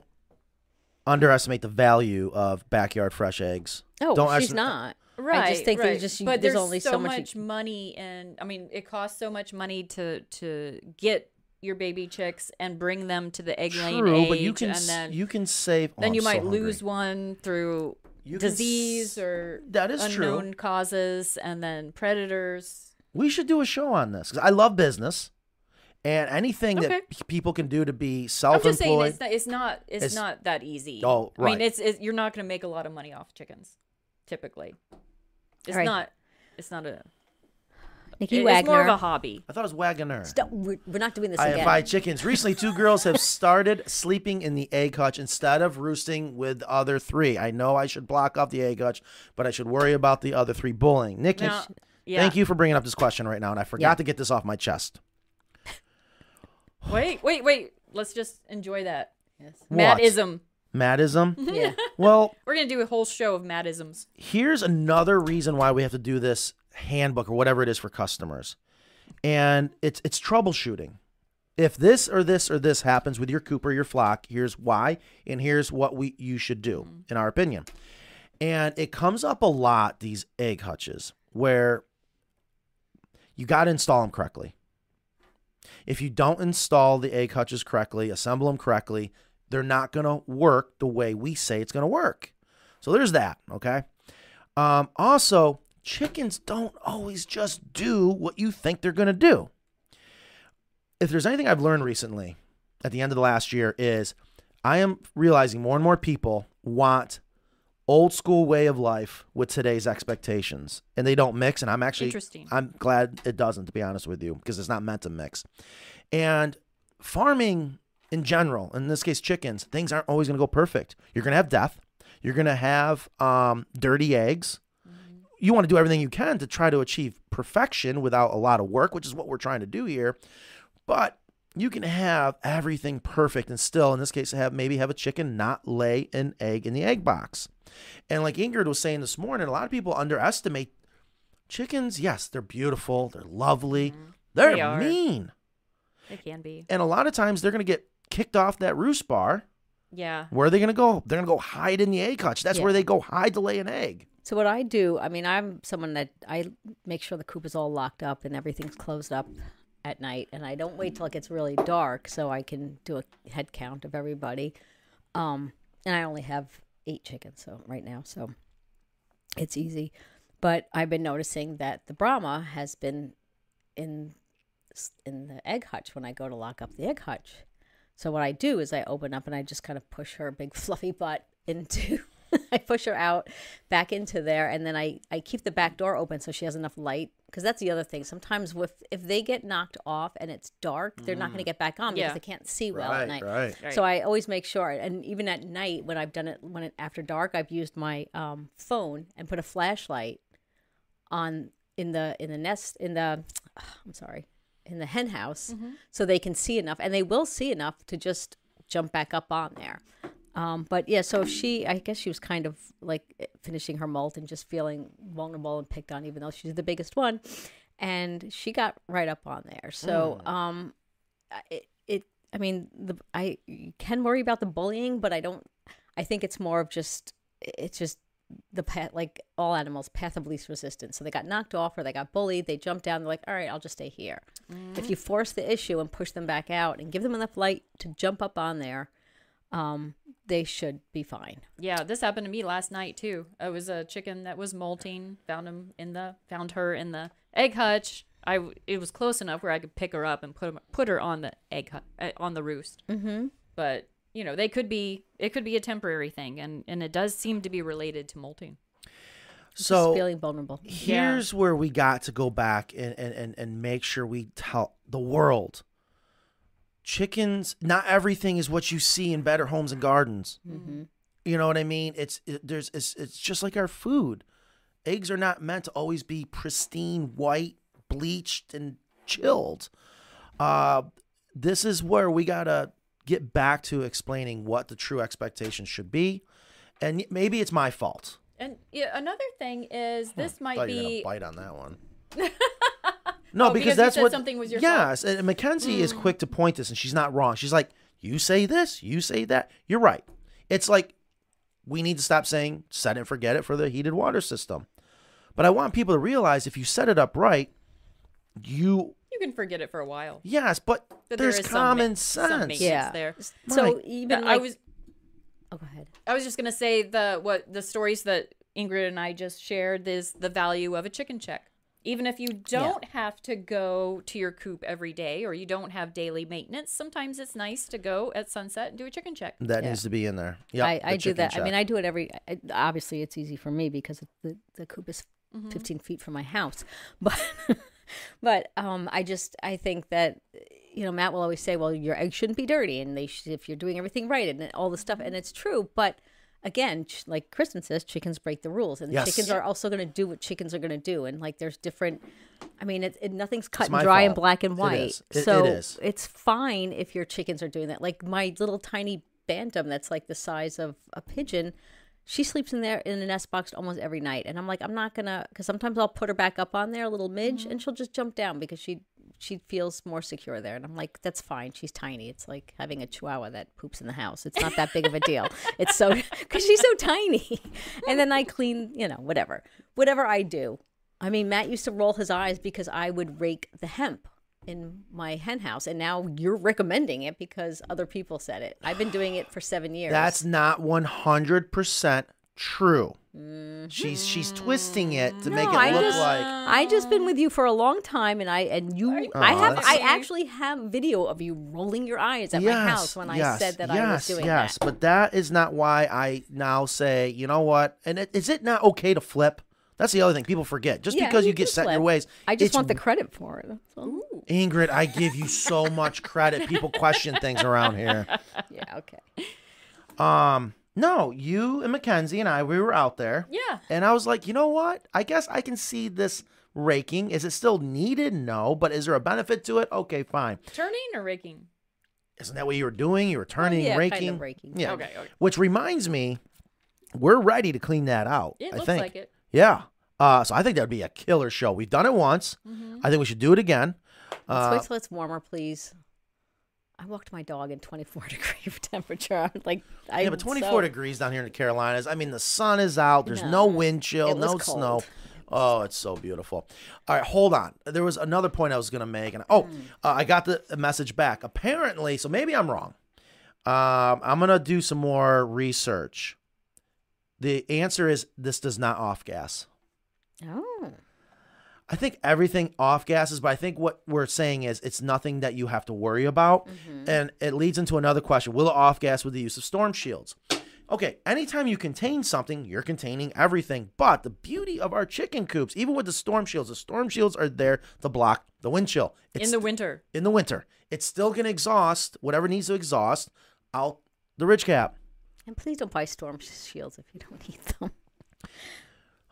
underestimate the value of backyard fresh eggs. Oh, don't she's estim- not. Right. I just think right. there's just you- but there's, only so, much. you- much money, and I mean, it costs so much money to to get your baby chicks and bring them to the egg laying True, age, but you can and s- then you can save. oh, then I'm you so might hungry. lose one through You can s- disease or That is true. unknown causes, and then predators. We should do a show on this 'cause I love business, and anything Okay. that p- people can do to be I'm just saying self-employed. it's not it's not it's, It's- not that easy. Oh, I right. mean, it's, it's you're not going to make a lot of money off chickens, typically. It's Alright. not. It's not a. Nikki it- It's Wagner. more of a hobby. I thought it was Wagoner. Stop- we're, we're not doing this I again. buy [LAUGHS] chickens. Recently, two girls have started sleeping in the egg hutch instead of roosting with the other three. I know I should block off the egg hutch, but I should worry about the other three bullying. Nikki, Now- yeah. thank you for bringing up this question right now, and I forgot Yeah. to get this off my chest. Wait, wait, wait. Let's just enjoy that. Yes. What? Madism. Madism. yeah. well, We're gonna do a whole show of madisms. here's another reason why we have to do this handbook or whatever it is for customers. And it's it's troubleshooting. If this or this or this happens with your coop or your flock, here's why and here's what we you should do in our opinion. And it comes up a lot these egg hutches where you got to install them correctly. If you don't install the egg hutches correctly, assemble them correctly, they're not going to work the way we say it's going to work. So there's that, okay? Um, also, chickens don't always just do what you think they're going to do. If there's anything I've learned recently at the end of the last year is I am realizing more and more people want old school way of life with today's expectations and they don't mix and I'm actually Interesting. I'm glad it doesn't to be honest with you because it's not meant to mix. And farming in general, in this case chickens, things aren't always going to go perfect. You're going to have death. You're going to have um, dirty eggs. Mm-hmm. You want to do everything you can to try to achieve perfection without a lot of work, which is what we're trying to do here. But you can have everything perfect and still, in this case, have maybe have a chicken not lay an egg in the egg box. And like Ingrid was saying this morning, a lot of people underestimate chickens. Yes, they're beautiful, they're lovely, they're Mm-hmm. They are. mean. They can be. And a lot of times they're going to get kicked off that roost bar. Yeah. Where are they going to go? They're going to go hide in the egg hutch. That's Yeah. where they go hide to lay an egg. So what I do, I mean, I'm someone that I make sure the coop is all locked up and everything's closed up at night, and I don't wait till it gets really dark so I can do a head count of everybody. Um, and I only have eight chickens, so right now, so it's easy. But I've been noticing that the Brahma has been in in the egg hutch when I go to lock up the egg hutch. So what I do is I open up and I just kind of push her big [LAUGHS] fluffy butt into [LAUGHS] I push her out back into there and then I I keep the back door open so she has enough light because that's the other thing. Sometimes with if they get knocked off and it's dark, they're not going to get back on Yeah. because they can't see well at night. right. Right. So I always make sure, and even at night when I've done it, when it after dark, I've used my um, phone and put a flashlight on in the in the nest in the I'm sorry in the hen house, so they can see enough, and they will see enough to just jump back up on there. Um, but yeah, so if she, I guess she was kind of like eh, finishing her molt and just feeling vulnerable and picked on, even though she's the biggest one, and she got right up on there. So um, I- it, it I mean, the I you can worry about the bullying, but I don't. I think it's more of just it's just the path, like all animals, path of least resistance. So they got knocked off or they got bullied. They jumped down. They're like, all right, I'll just stay here. Mm-hmm. If you force the issue and push them back out and give them enough light to jump up on there, um, they should be fine. Yeah. This happened to me last night too. It was a chicken that was molting. Found him in the found her in the egg hutch. I w- it was close enough where I could pick her up and put 'em- put her on the egg hut, uh, on the roost. Mm-hmm. But you know they could be it could be a temporary thing, and and it does seem to be related to molting. So feeling vulnerable. Yeah. here's where we got to go back and, and, and, and make sure we tell the world chickens not everything is what you see in better homes and gardens Mhm. you know what i mean it's it, there's it's, it's just like our food eggs are not meant to always be pristine white bleached and chilled uh this is where we gotta get back to explaining what the true expectations should be and y- maybe it's my fault And yeah, another thing is this might thought you were be gonna bite on that [LAUGHS] one. no, Oh, because because you that's said what something was your Mm. fault. yes, and Mackenzie is quick to point this, and she's not wrong. She's like, "You say this, you say that. You're right." It's like we need to stop saying "set and forget it" for the heated water system. But I want people to realize if you set it up right, you you can forget it for a while. yes, but That there there's is some common ma- some sense. maintenance. Yeah. there. So Right. even But I like- was Oh, go ahead. I was just gonna say the what the stories that Ingrid and I just shared is the value of a chicken check. Even if you don't have to go to your coop every day or you don't have daily maintenance, sometimes it's nice to go at sunset and do a chicken check. That Yeah. needs to be in there. Yeah, I, I do that. I mean, I do it every. I, obviously, it's easy for me because the the coop is 15 feet from my house. [LAUGHS] But but um, I just I think that you know Matt will always say, well, your eggs shouldn't be dirty, and they should, if you're doing everything right and all this stuff, and it's true, but. Again, ch- like Kristen says, chickens break the rules, and Yes. chickens are also going to do what chickens are going to do. And like, there's different. I mean, it, it nothing's cut and my dry and fault. black and It white. is. It- it so is. it's fine if your chickens are doing that. Like my little tiny bantam that's like the size of a pigeon, she sleeps in there in a nest box almost every night. And I'm like, I'm not gonna, because sometimes I'll put her back up on there, a little midge, and she'll just jump down because she she feels more secure there. And I'm like, that's fine. She's tiny. It's like having a chihuahua that poops in the house. It's not that big of a deal. It's so because she's so tiny. and then I clean, you know, whatever, whatever I do. I mean, Matt used to roll his eyes because I would rake the hemp in my hen house, and now you're recommending it because other people said it. I've been doing it for seven years. That's not 100% true. She's she's twisting it to make it No, I look just- like I just been with you for a long time, and I and you, I Aw, have, that's- I actually have video of you rolling your eyes at my house when I yes, said that I was yes, doing yes, that. but that is not why I now say, you know what? And it, is it not okay to flip? That's the other thing people forget. Just Yeah, because you you get can set in your flip. ways, I just it's want the credit for it. That's all. Ingrid. I give you so much credit. People question things around [LAUGHS] here. Yeah, okay. Um, no, you and Mackenzie and I, we were out there. Yeah. And I was like, you know what? I guess I can see this raking. Is it still needed? No, but is there a benefit to it? Okay, fine. Turning or raking? Isn't that what you were doing? You were turning, yeah, kind of raking, raking. Yeah. Okay, okay. Which reminds me, we're ready to clean that out. It I looks think. like it. Yeah. Uh, so I think that'd be a killer show. We've done it once. I think we should do it again. Mm-hmm. Let's Uh, wait till it's warmer, please. I walked my dog in 24 [LAUGHS] degree temperature. I'm like, I yeah, but 24 degrees down here in the Carolinas. I mean, the sun is out. There's no, No. wind chill, It was no snow. cold. Oh, it's so beautiful. All right, hold on. There was another point I was going to make. And oh, Mm. uh, I got the message back. Apparently, so maybe I'm wrong. Um, I'm going to do some more research. The answer is this does not off gas. Oh, I think everything off gases, but I think what we're saying is it's nothing that you have to worry about. Mm-hmm. And it leads into another question Will it off gas with the use of storm shields? Okay, anytime you contain something, you're containing everything. But the beauty of our chicken coops, even with the storm shields, the storm shields are there to block the wind chill. It's in the winter. in the winter. It's still going to exhaust whatever needs to exhaust out the ridge cap. and please don't buy storm sh- shields if you don't [LAUGHS] need them.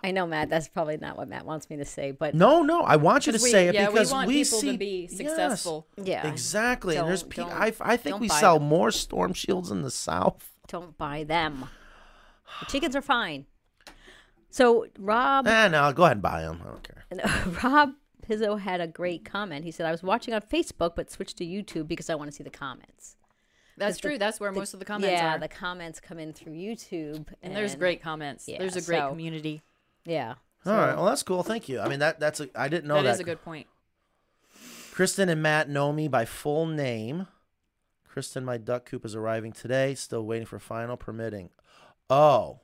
I know, Matt. That's probably not what Matt wants me to say, but No, no, I want you to we, say it yeah, because we want people see to be Yes. successful. yeah, Exactly. And there's Don't- pe- don't- I, I think don't we buy sell them. more storm shields in the south. don't buy them. The chickens are fine. So Rob Eh, no, go ahead and buy them. I don't care. And [LAUGHS] Rob Pizzo had a great comment. He said, "I was watching on Facebook, but switched to YouTube because I want to see the comments." That's the- true. That's where most of the comments yeah, are. the comments come in through YouTube, and, and there's great comments. yeah, there's a great so- community. Yeah, All right. Well, that's cool. Thank you. I mean, that that's a, I didn't know that. that is a good point. Kristen and Matt know me by full name. Kristen, my duck coop is arriving today. Still waiting for final permitting. Oh,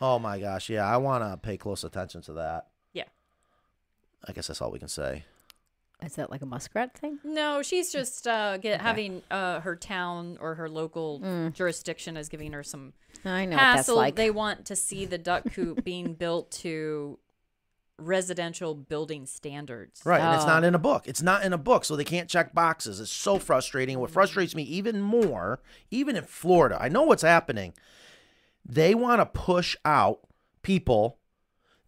oh my gosh. Yeah, I want to pay close attention to that. Yeah. I guess that's all we can say. I Is that like a muskrat thing? No, she's just uh, get, having uh, her town or her local Mm. jurisdiction is giving her some I know what that's hassle. like. They want to see the duck coop [LAUGHS] being built to residential building standards. Right, and it's Oh. not in a book. It's not in a book, so they can't check boxes. It's so frustrating. What frustrates me even more, even in Florida, I know what's happening. They want to push out people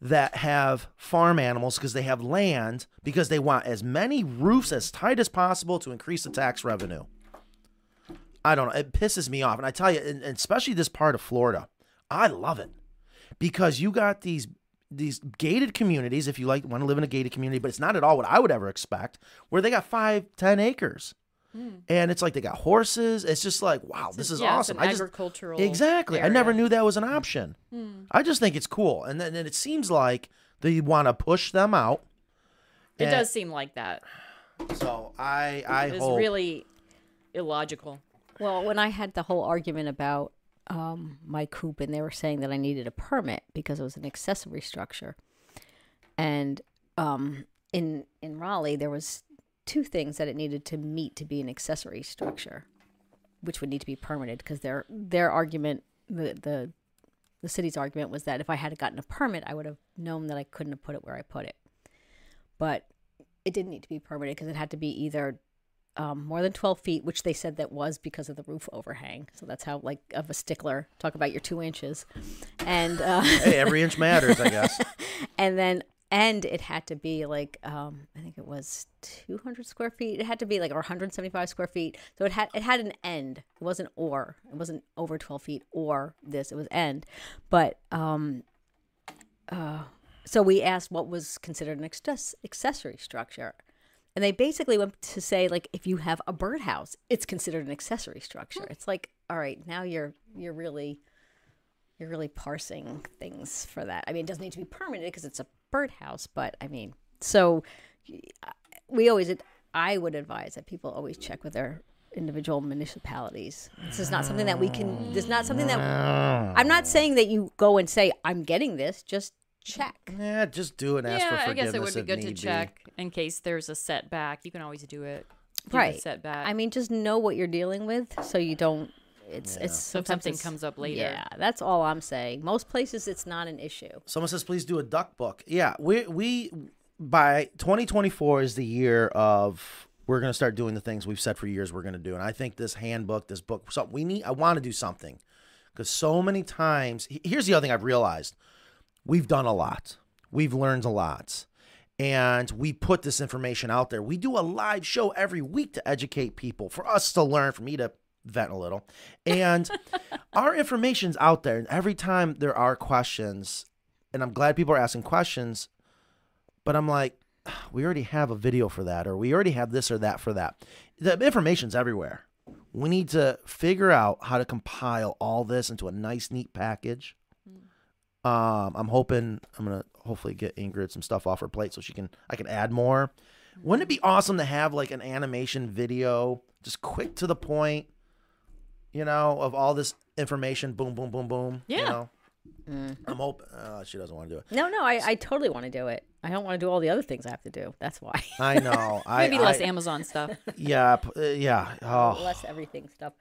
that have farm animals because they have land because they want as many roofs as tight as possible to increase the tax revenue. I don't know. It pisses me off. And I tell you, and, and especially this part of Florida, I love it because you got these these gated communities if you like want to live in a gated community but it's not at all what i would ever expect where they got five ten acres and it's like they got horses it's just like wow this is yeah, Hmm. it's awesome an i just agricultural exactly i never area. Hmm. knew that was an option i just think it's cool and then and it seems like they want to push them out It And does seem like that. so i i It's hope really illogical. Well, when I had the whole argument about um, my coop, and they were saying that I needed a permit because it was an accessory structure, and um, in in Raleigh there was two things that it needed to meet to be an accessory structure, which would need to be permitted because their their argument the the the city's argument was that if I had gotten a permit, I would have known that I couldn't have put it where I put it, but it didn't need to be permitted because it had to be either um, more than 12 feet, which they said that was because of the roof overhang. So that's how, like, of a stickler, talk about your two inches. And, uh, hey every inch matters i [LAUGHS] guess and then, and it had to be like, um, I think it was 200 square feet. It had to be like, or 175 square feet. So it had, it had an end. It wasn't or, it wasn't over 12 feet or this, it was end. But, um, uh, so we asked what was considered an access- accessory structure. And they basically went to say, like, if you have a birdhouse, it's considered an accessory structure. It's like, all right, now you're you're really you're really parsing things for that. I mean, it doesn't need to be permanent because it's a birdhouse, but I mean, so y- I- we always I would advise that people always check with their individual municipalities. This is not something that we can. This is not something that I'm not saying that you go and say I'm getting this. Just check. yeah Eh, just do it and ask yeah, for I forgiveness guess it would be if good to need check in case there's a setback. You can always do it. Do the Right. Setback. I mean, just know what you're dealing with, so you don't. It's it's so if sometimes something it's- comes up later. Yeah, that's all I'm saying. Most places, it's not an issue. Someone says, please do a duck book. Yeah, we we by 2024 is the year of we're gonna start doing the things we've said for years we're gonna do, and I think this handbook, this book, something we need. I want to do something because so many times. he- Here's the other thing I've realized: we've done a lot, we've learned a lot, and we put this information out there. We do a live show every week to educate people, for us to learn, for me to vent a little, and our information's out there. And every time there are questions, and I'm glad people are asking questions, but I'm like, "Ah, we already have a video for that, or we already have this or that for that. The information's everywhere. We need to figure out how to compile all this into a nice, neat package. Um, I'm hoping I'm gonna hopefully get Ingrid some stuff off her plate so she can I can add more. Wouldn't it be awesome to have like an animation video, just quick to the point, you know, of all this information? Boom, boom, boom, boom. You Yeah. know? I'm hoping uh, she doesn't want to do it. No, no, I, I totally want to do it. I don't want to do all the other things I have to do. That's why. I know. I, Maybe less I- Amazon [LAUGHS] stuff. Yeah, p- uh, yeah. Oh, Less everything stuff.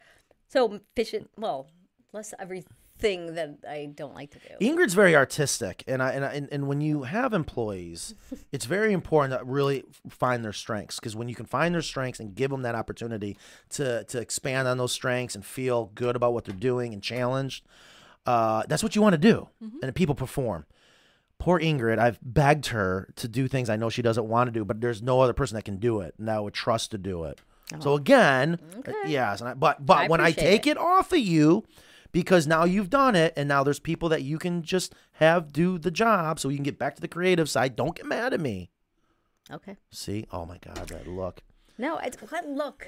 So fish it. Well, less everything that I don't like to do. Ingrid's very artistic, and I and I, and, and when you have employees, it's very important to really f- find their strengths because when you can find their strengths and give them that opportunity to to expand on those strengths and feel good about what they're doing and challenged, uh, that's what you want to do, and people perform. Poor Ingrid, I've begged her to do things I know she doesn't want to do, but there's no other person that can do it, and that I would trust to do it. So again, uh, yes, and I, but but I when I appreciate take it off of you, because now you've done it, and now there's people that you can just have do the job, so you can get back to the creative side. Don't get mad at me. Okay. See, oh my God, that look. No, it's what look.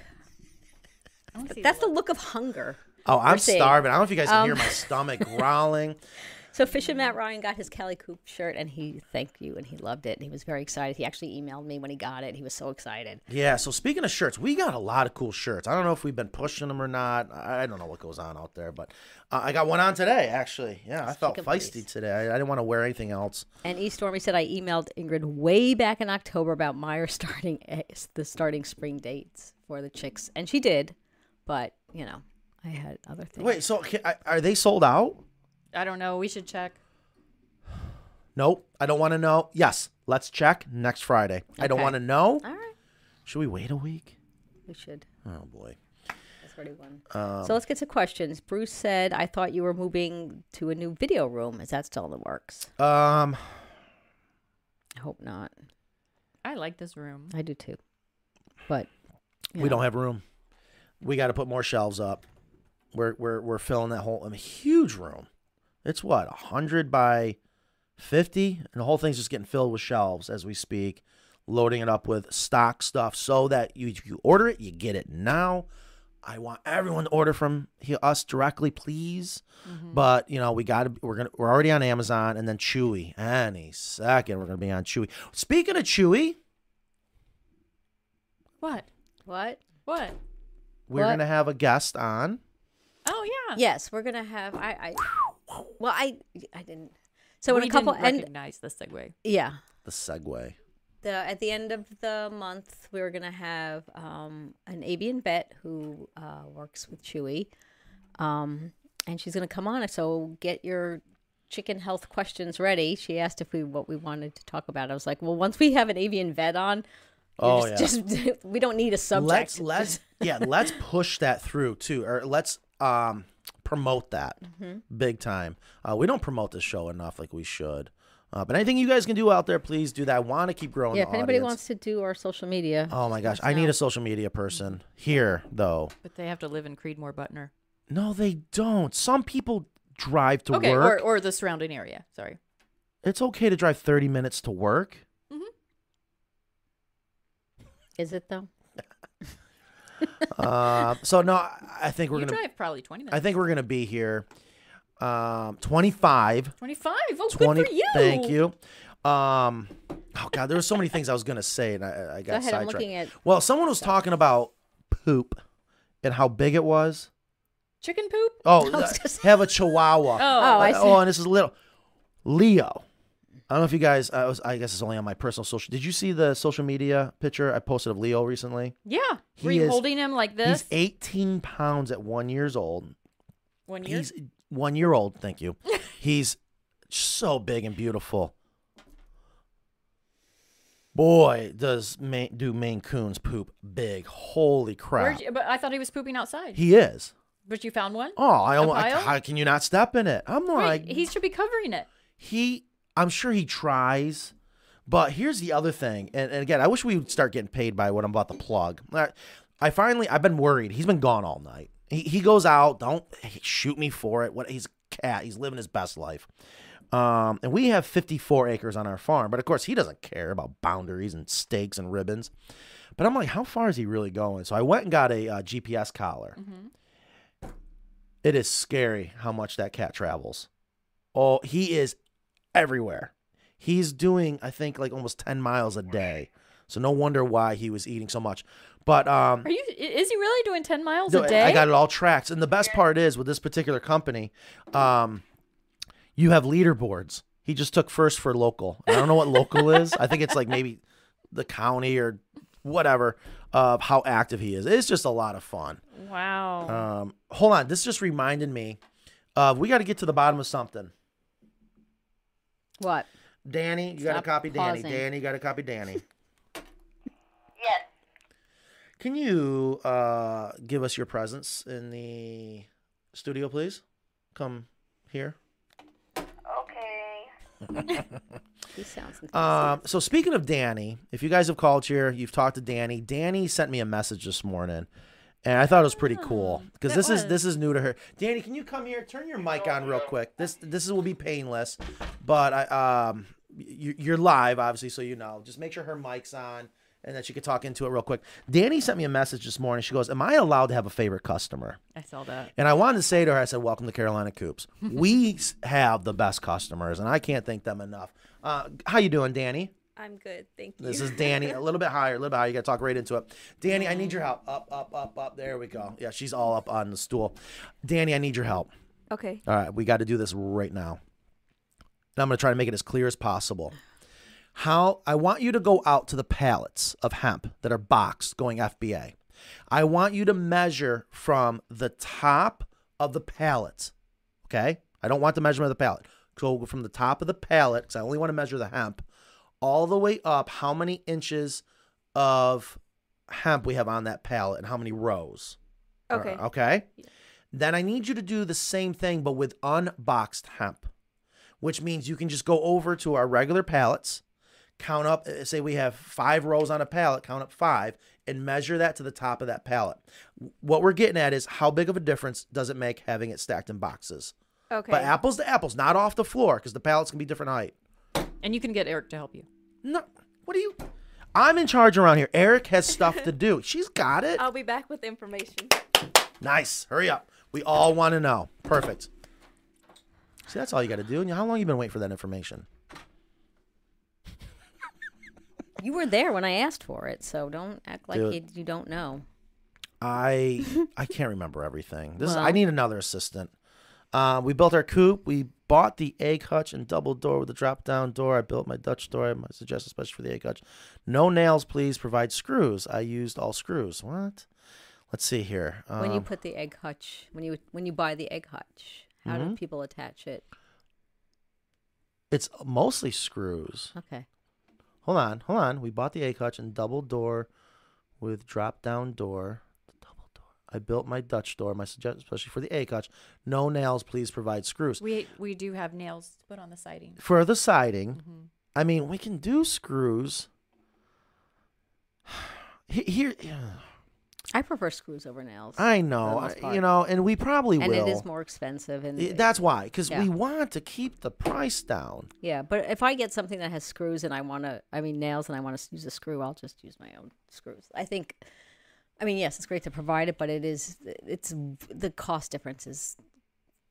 That's the look of hunger. Oh, I'm seeing. Oh, [LAUGHS] starving. I don't know if you guys can hear Um, my stomach growling. So Fisher Matt Ryan got his Cali Coop shirt and he thanked you and he loved it and he was very excited. He actually emailed me when he got it. He was so excited. Yeah, so speaking of shirts, we got a lot of cool shirts. I don't know if we've been pushing them or not. I I don't know what goes on out there, but uh, I got one on today, actually. Yeah, I felt Speak of feisty today. I, I didn't want to wear anything else. And E Stormy said I emailed Ingrid way back in October about Meyer [LAUGHS] starting eh, the starting spring dates for the chicks and she did, but you know I had other things. Wait, so ca- I- are they sold out? I don't know. We should check. Nope. I don't want to know. Yes, let's check next Friday. I don't Okay. want to know. All right, Should we wait a week? we should. Oh boy. That's already one. Um, so let's get to questions. Bruce said, I thought you were moving to a new video room. Is that still in the works? um, I hope not. I like this room. I do too. But you we know, don't have room. We got to put more shelves up. We're we're we're filling that whole I mean, huge room. It's what a hundred by fifty, and the whole thing's just getting filled with shelves as we speak. Loading it up with stock stuff so that you you order it, you get it now. I want everyone to order from he, us directly, please. But you know, we got to. We're gonna. We're already on Amazon, and then Chewy. Any second, we're gonna be on Chewy. Speaking of Chewy, What? What? What? we're What? gonna have a guest on. Oh yeah. Yes, we're gonna have I, I well I I didn't so we in a couple didn't and recognize the segue. yeah. The segue. The at the end of the month we were gonna have um an Avian vet who uh, works with Chewy. Um and she's gonna come on so get your chicken health questions ready. She asked if we what we wanted to talk about. I was like, Well once we have an avian vet on Oh, just, [LAUGHS] just we don't need a Let's subject. let's yeah, [LAUGHS] let's push that through too, or let's um promote that Mm-hmm. big time. Uh, we don't promote this show enough like we should. Uh, but anything you guys can do out there, please do that. I want to keep growing. yeah, if the anybody audience. wants to do our social media. Oh my gosh, I need a social media person here though. But they have to live in Creedmoor Butner. No, they don't. Some people drive to okay, work. or or the surrounding area. Sorry. It's okay to drive thirty minutes to work. Is it though? Uh, so no, I- I think we're you gonna. drive probably twenty minutes. I think we're gonna be here. Um, twenty five. twenty five. Oh, 20 good for you. Thank you. Um, oh god, there were so many things I was gonna say, and I, I got Go ahead, I'm sidetracked. looking at- well, someone was talking about poop and how big it was. Chicken poop. [LAUGHS] Oh, was uh, just- have a chihuahua. Oh. Oh, I Uh, see. and this is little Leo. I don't know if you guys. I, was, I guess it's only on my personal social. Did you see the social media picture I posted of Leo recently? Yeah. He Were you is- holding him like this? He's 18 pounds at one years old. One year. He's one year old. Thank [LAUGHS] you. He's so big and beautiful. Boy, does Maine, do Maine Coons poop big? Holy crap! Where'd you- but I thought he was pooping outside. He is. but you found one. Oh, I A almost. I, pile? how can you not step in it? I'm like, Right, he should be covering it. he. I'm sure he tries. But here's the other thing, and, and again, I wish we would start getting paid by what I'm about to plug. I, I finally, I've been worried. He's been gone all night. He, he goes out. Don't shoot me for it. What? He's a cat. He's living his best life. Um, and we have 54 acres on our farm, but of course he doesn't care about boundaries and stakes and ribbons. But I'm like, how far is he really going? So I went and got a uh, GPS collar. It is scary how much that cat travels. Oh, he is everywhere. He's doing, I think, like almost 10 miles a day. So no wonder why he was eating so much. But um, Are you? i- Is he really doing ten miles no, a I- day? I got it all tracked. And the best part is with this particular company, um, you have leaderboards. He just took first for local. I don't know what local is. I think it's like maybe the county or whatever of how active he is. It's just a lot of fun. wow. Um, hold on, this just reminded me of we got to get to the bottom of something. What? Danny, you got to Stop copy pausing. Danny. Danny, you got to copy Danny. Yes. Can you uh, give us your presence in the studio, please? Come here. Okay. He sounds Um, so speaking of Danny, if you guys have called here, you've talked to Danny. Danny sent me a message this morning, and I thought it was pretty cool because Ah, that this is was. this is new to her. Danny, can you come here? Turn your mic on real quick. This this will be painless, but I um you, you're live obviously, so you know. Just make sure her mic's on, and that she could talk into it real quick. Danny sent me a message this morning. She goes, "Am I allowed to have a favorite customer?" I saw that. And I wanted to say to her, I said, "Welcome to Carolina Coops. we s- have the best customers, and I can't thank them enough." Uh, how you doing, Danny? I'm good. Thank you. This is Danny. A little bit higher, a little bit higher. You got to talk right into it. Danny, I need your help. Up, up, up, up. There we go. Yeah, she's all up on the stool. Danny, I need your help. Okay. All right, we got to do this right now. And I'm going to try to make it as clear as possible. How I want you to go out to the pallets of hemp that are boxed going FBA. I want you to measure from the top of the pallet. Okay? I don't want the measurement of the pallet. Go from the top of the pallet, because I only want to measure the hemp, all the way up how many inches of hemp we have on that pallet and how many rows. Or- Okay. Okay. Then I need you to do the same thing, but with unboxed hemp, which means you can just go over to our regular pallets, count up, uh, say we have five rows on a pallet, count up five, and measure that to the top of that pallet. What we're getting at is how big of a difference does it make having it stacked in boxes? Okay. But apples to apples, not off the floor, because the pallets can be different height. And you can get Eric to help you. No, what do you? I'm in charge around here. Eric has stuff to do. [LAUGHS] She's got it. I'll be back with information. Nice. Hurry up. We all want to know. Perfect. See, that's all you got to do. And how long you been waiting for that information? You were there when I asked for it, so don't act like Dude. you, you don't know. [LAUGHS] I I can't remember everything. This I Well. need another assistant. Uh, we built our coop. We bought the egg hutch and double door with a drop down door. I built my Dutch door. I might suggest especially for the egg hutch. No nails, please. Provide screws. I used all screws. What? Let's see here. when you Um, put the egg hutch, when you when you buy the egg hutch, how do Mhm. people attach it? It's mostly screws. Okay. Hold on, hold on. We bought the egg hutch and double door with drop down door. The double door. I built my Dutch door, my suggestion, especially for the egg hutch. No nails, please provide screws. We we do have nails to put on the siding. For the siding, Mm-hmm. I mean, we can do screws. [SIGHS] He- [SIGHS] Here, I prefer screws over nails. I for the know, most I- part. you know, and we probably and will. it is more expensive, and I- That's why, because Yeah. we want to keep the price down. yeah. But if I get something that has screws and I want to, I mean nails, and I want to use a screw, I'll just use my own screws. I think. I mean, yes, it's great to provide it, but it is it's the cost difference is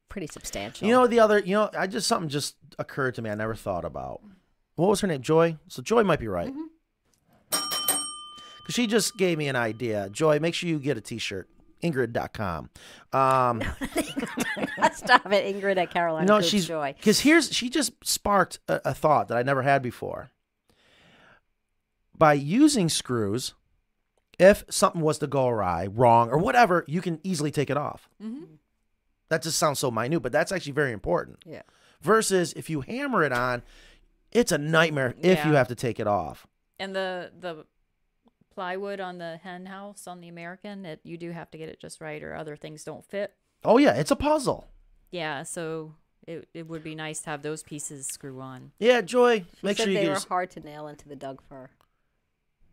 pretty substantial. You know the other, you know, I just something just occurred to me. I never thought about. What was her name? Joy. So Joy might be right. Mm-hmm. Cause she just gave me an idea. Joy, make sure you get a T-shirt. Ingrid.com. [LAUGHS] Um, [LAUGHS] Stop it, Ingrid at Carolina. no, Coops she's joy. because here's she just sparked a, a thought that I never had before. By using screws, if something was to go awry, wrong, or whatever, you can easily take it off. Mm-hmm. Mhm. That just sounds so minute, but that's actually very important. Yeah. Versus if you hammer it on, it's a nightmare if you Yeah. have to take it off. And the the plywood on the hen house on the American, it you do have to get it just right or other things don't fit. Oh yeah, it's a puzzle. Yeah, so it, it would be nice to have those pieces screw on. Yeah, Joy, She make said sure you they get were your hard to nail into the dug fur.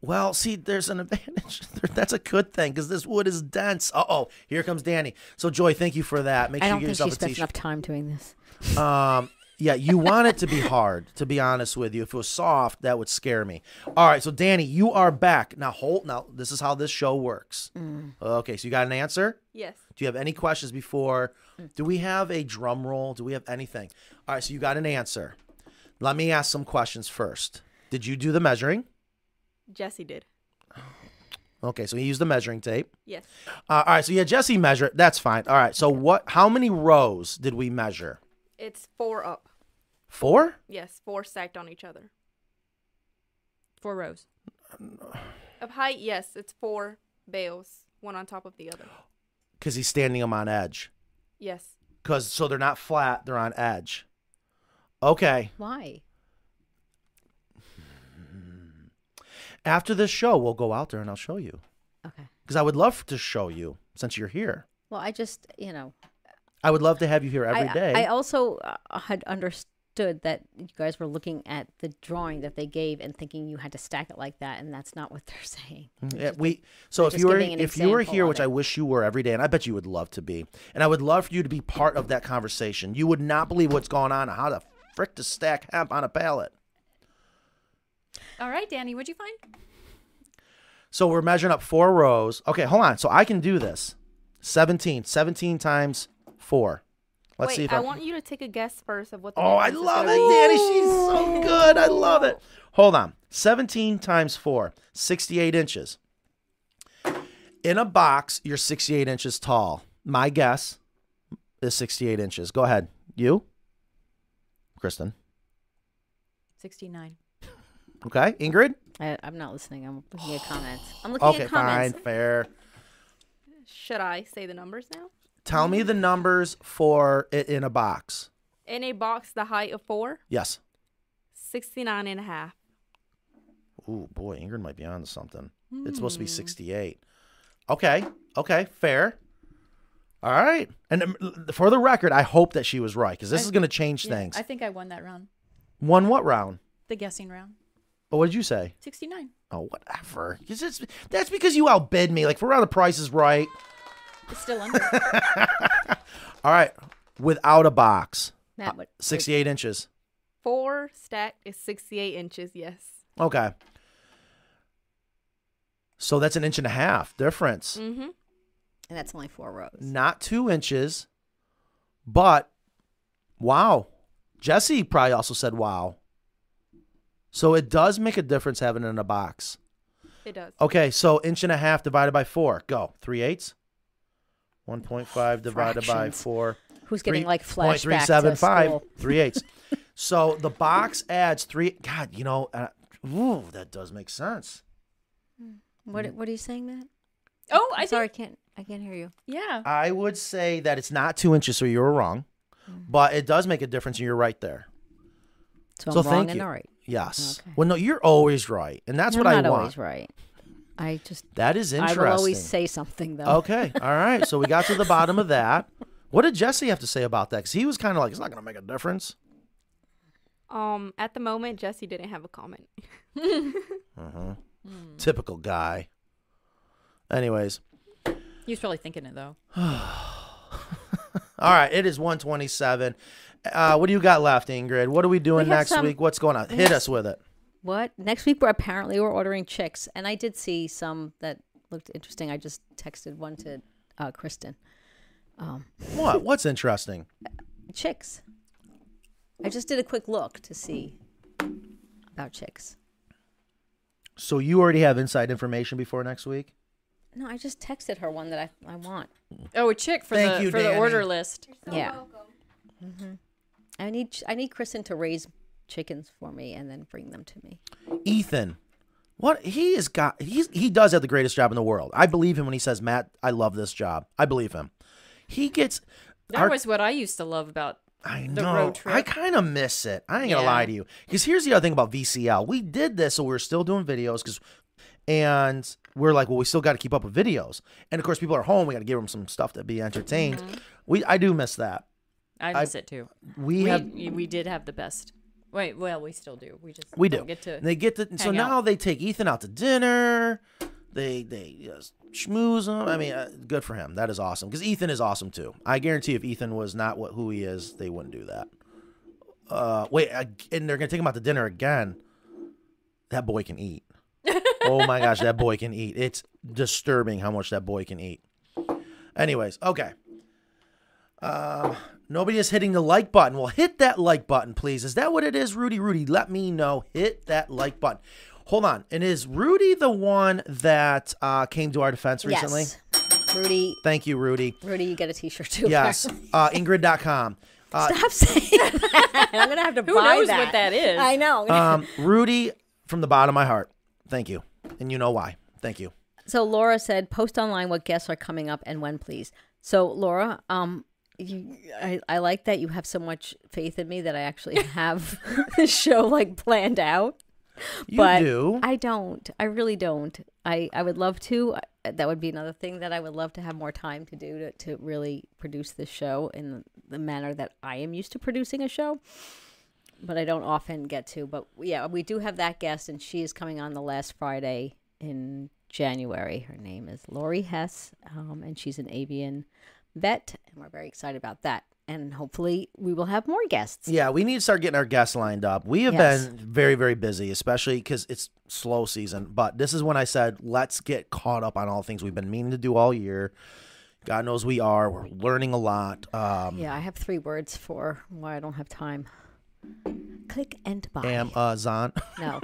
Well, see, there's an advantage. [LAUGHS] There- That's a good thing because this wood is dense. Uh oh, here comes Danny. So, Joy, thank you for that. Make I sure don't you get think she yourself a spent t-shirt. enough time doing this. Um, yeah, you want it to be hard. To be honest with you, if it was soft, that would scare me. All right, so Danny, you are back now. Hold now. This is how this show works. Mm. Okay, so you got an answer. Yes. Do you have any questions before? Do we have a drum roll? Do we have anything? All right, so you got an answer. Let me ask some questions first. Did you do the measuring? Jesse did. Okay, so he used the measuring tape. Yes. Uh, all right, so yeah, Jesse measured. That's fine. All right, so what? How many rows did we measure? It's four up. Four? Yes, four stacked on each other. Four rows. Of height, yes, it's four bales, one on top of the other. Because he's standing them on edge. Yes. Cause so they're not flat; they're on edge. Okay. Why? After this show, we'll go out there and I'll show you. Okay. Because I would love to show you since you're here. Well, I just, you know, I would love to have you here every I, day. I also uh, had understood that you guys were looking at the drawing that they gave and thinking you had to stack it like that, and that's not what [LAUGHS] they're saying. Mm, yeah, we so if just you were giving an if you were example here, of which it. I wish you were every day, and I bet you would love to be, and I would love for you to be part of that conversation. You would not believe what's going on and how the frick to stack hemp on a pallet. All right, Danny, what'd you find? So we're measuring up four rows. Okay, hold on. So I can do this. 17. 17 times four. Let's Wait, see if I I, want you to take a guess first of what. The Oh, I difference is love it, gonna be. Danny. She's so good. I love it. Hold on. 17 times 4, 68 inches. In a box, you're 68 inches tall. My guess is 68 inches. Go ahead. You? Kristen. 69. Okay. Ingrid? I, I'm not listening. I'm looking at comments. I'm looking Okay, at comments. fine. Fair. Should I say the numbers now? Tell me the numbers for it in a box. In a box, the height of four, Yes. 69 and a half. Ooh, boy, Ingrid might be on to something. It's supposed to Hmm. be 68. Okay. Okay. Fair. All right. And um, for the record, I hope that she was right because this I- is going to change yeah, things. I think I won that round, One what round? the guessing round. But what did you say? 69. Oh, whatever. 'Cause it's- that's because you outbid me. Like, for around the price is right. It's [LAUGHS] still under. All right. Without a box, Matt, what? 68 inches. Four stacked is 68 inches, yes. Okay. So that's an inch and a half difference. Mm-hmm. And that's only four rows. not two inches, but wow. Jesse probably also said wow. So it does make a difference having it in a box. It does. Okay, so inch and a half divided by four. Go. Three eighths. 1.5 divided by Fractions. four. Who's getting, Three- like, point three flashbacks to seven five, school. Three eighths. so the box adds three. God, you know, uh, ooh, that does make sense. What, what are you saying, Matt? Oh, I'm I sorry. I can't. I can't hear you. Yeah. I would say that it's not two inches, so you were wrong, Mm-hmm. but it does make a difference, and you're right there. So I'm so wrong thank and you. all right. Yes. Well, no, you're always right, and that's I'm what I not want. always right. I just. That is I will interesting. always say something though. [LAUGHS] Okay. All right. So we got to the bottom of that. What did Jesse have to say about that? Because he was kind of like, it's not going to make a difference. Um, at the moment, Jesse didn't have a comment. Uh-huh. Mm. Typical guy. Anyways, He was probably thinking it though. all right. It is 127. Uh, what do you got left, Ingrid? What are we doing We have next some- week? What's going on? we Hit have us with it. What? Next week we're apparently we're ordering chicks, and I did see some that looked interesting. I just texted one to uh, Kristen. Um, What? What's interesting? chicks. I just did a quick look to see about chicks. So you already have inside information before next week? No, I just texted her one that I, I want. Oh, a chick for Thank the you, for Danny. the order list. yeah. hmm I need ch- I need Kristen to raise chickens for me and then bring them to me. Ethan. What he has got he's he does have the greatest job in the world. I believe him when he says, Matt, I love this job. I believe him. He gets That our- was what I used to love about I the know. road I trip. kind of miss it. I ain't gonna Yeah. lie to you. Because here's the other thing about VCL. We did this, so we are still doing videos because and we're like, well, we still got to keep up with videos. And of course, people are home. We got to give them some stuff to be entertained. Mm-hmm. We I do miss that. I I- miss it too. we have- we did have the best. Wait, well, we still do. We just We do. don't get to. they get to. So hang out. now they take Ethan out to dinner. They they just schmooze him. I mean, uh, good for him. That is awesome because Ethan is awesome too. I guarantee if Ethan was not what who he is, they wouldn't do that. Uh, wait, I, and they're gonna take him out to dinner again. That boy can eat. oh my gosh, that boy can eat. It's disturbing how much that boy can eat. Anyways, okay. Um, nobody is hitting the like button. Well, hit that like button, please. Is that what it is, Rudy? Rudy, let me know. Hit that like button. Hold on. And is Rudy the one that uh, came to our defense recently? Yes. Rudy, Thank you, [LAUGHS] Rudy. Rudy, you get a T-shirt too. Yes. apparently. Uh, Ingrid.com. Uh, Stop saying that. [LAUGHS] I'm gonna have to Who buy knows that. what that is? I know. um, Rudy, from the bottom of my heart, thank you. And you know why. Thank you. So Laura said, "Post online what guests are coming up and when, please." So Laura, um, you, I, I like that you have so much faith in me that I actually [LAUGHS] have the show like planned out. You but do. I don't. I really don't. I I would love to. I- That would be another thing that I would love to have more time to do to to really produce this show in the manner that I am used to producing a show. But I don't often get to. But yeah, we do have that guest, and she is coming on the last Friday in January. Her name is Lori Hess, um, and she's an avian vet, and we're very excited about that. and hopefully we will have more guests. Yeah, we need to start getting our guests lined up. We have Yes. been very, very busy, especially because it's slow season. But this is when I said, let's get caught up on all things we've been meaning to do all year. God knows we are. We're learning a lot. Um, Yeah, I have three words for why I don't have time. Click and buy. Amazon. [LAUGHS] No,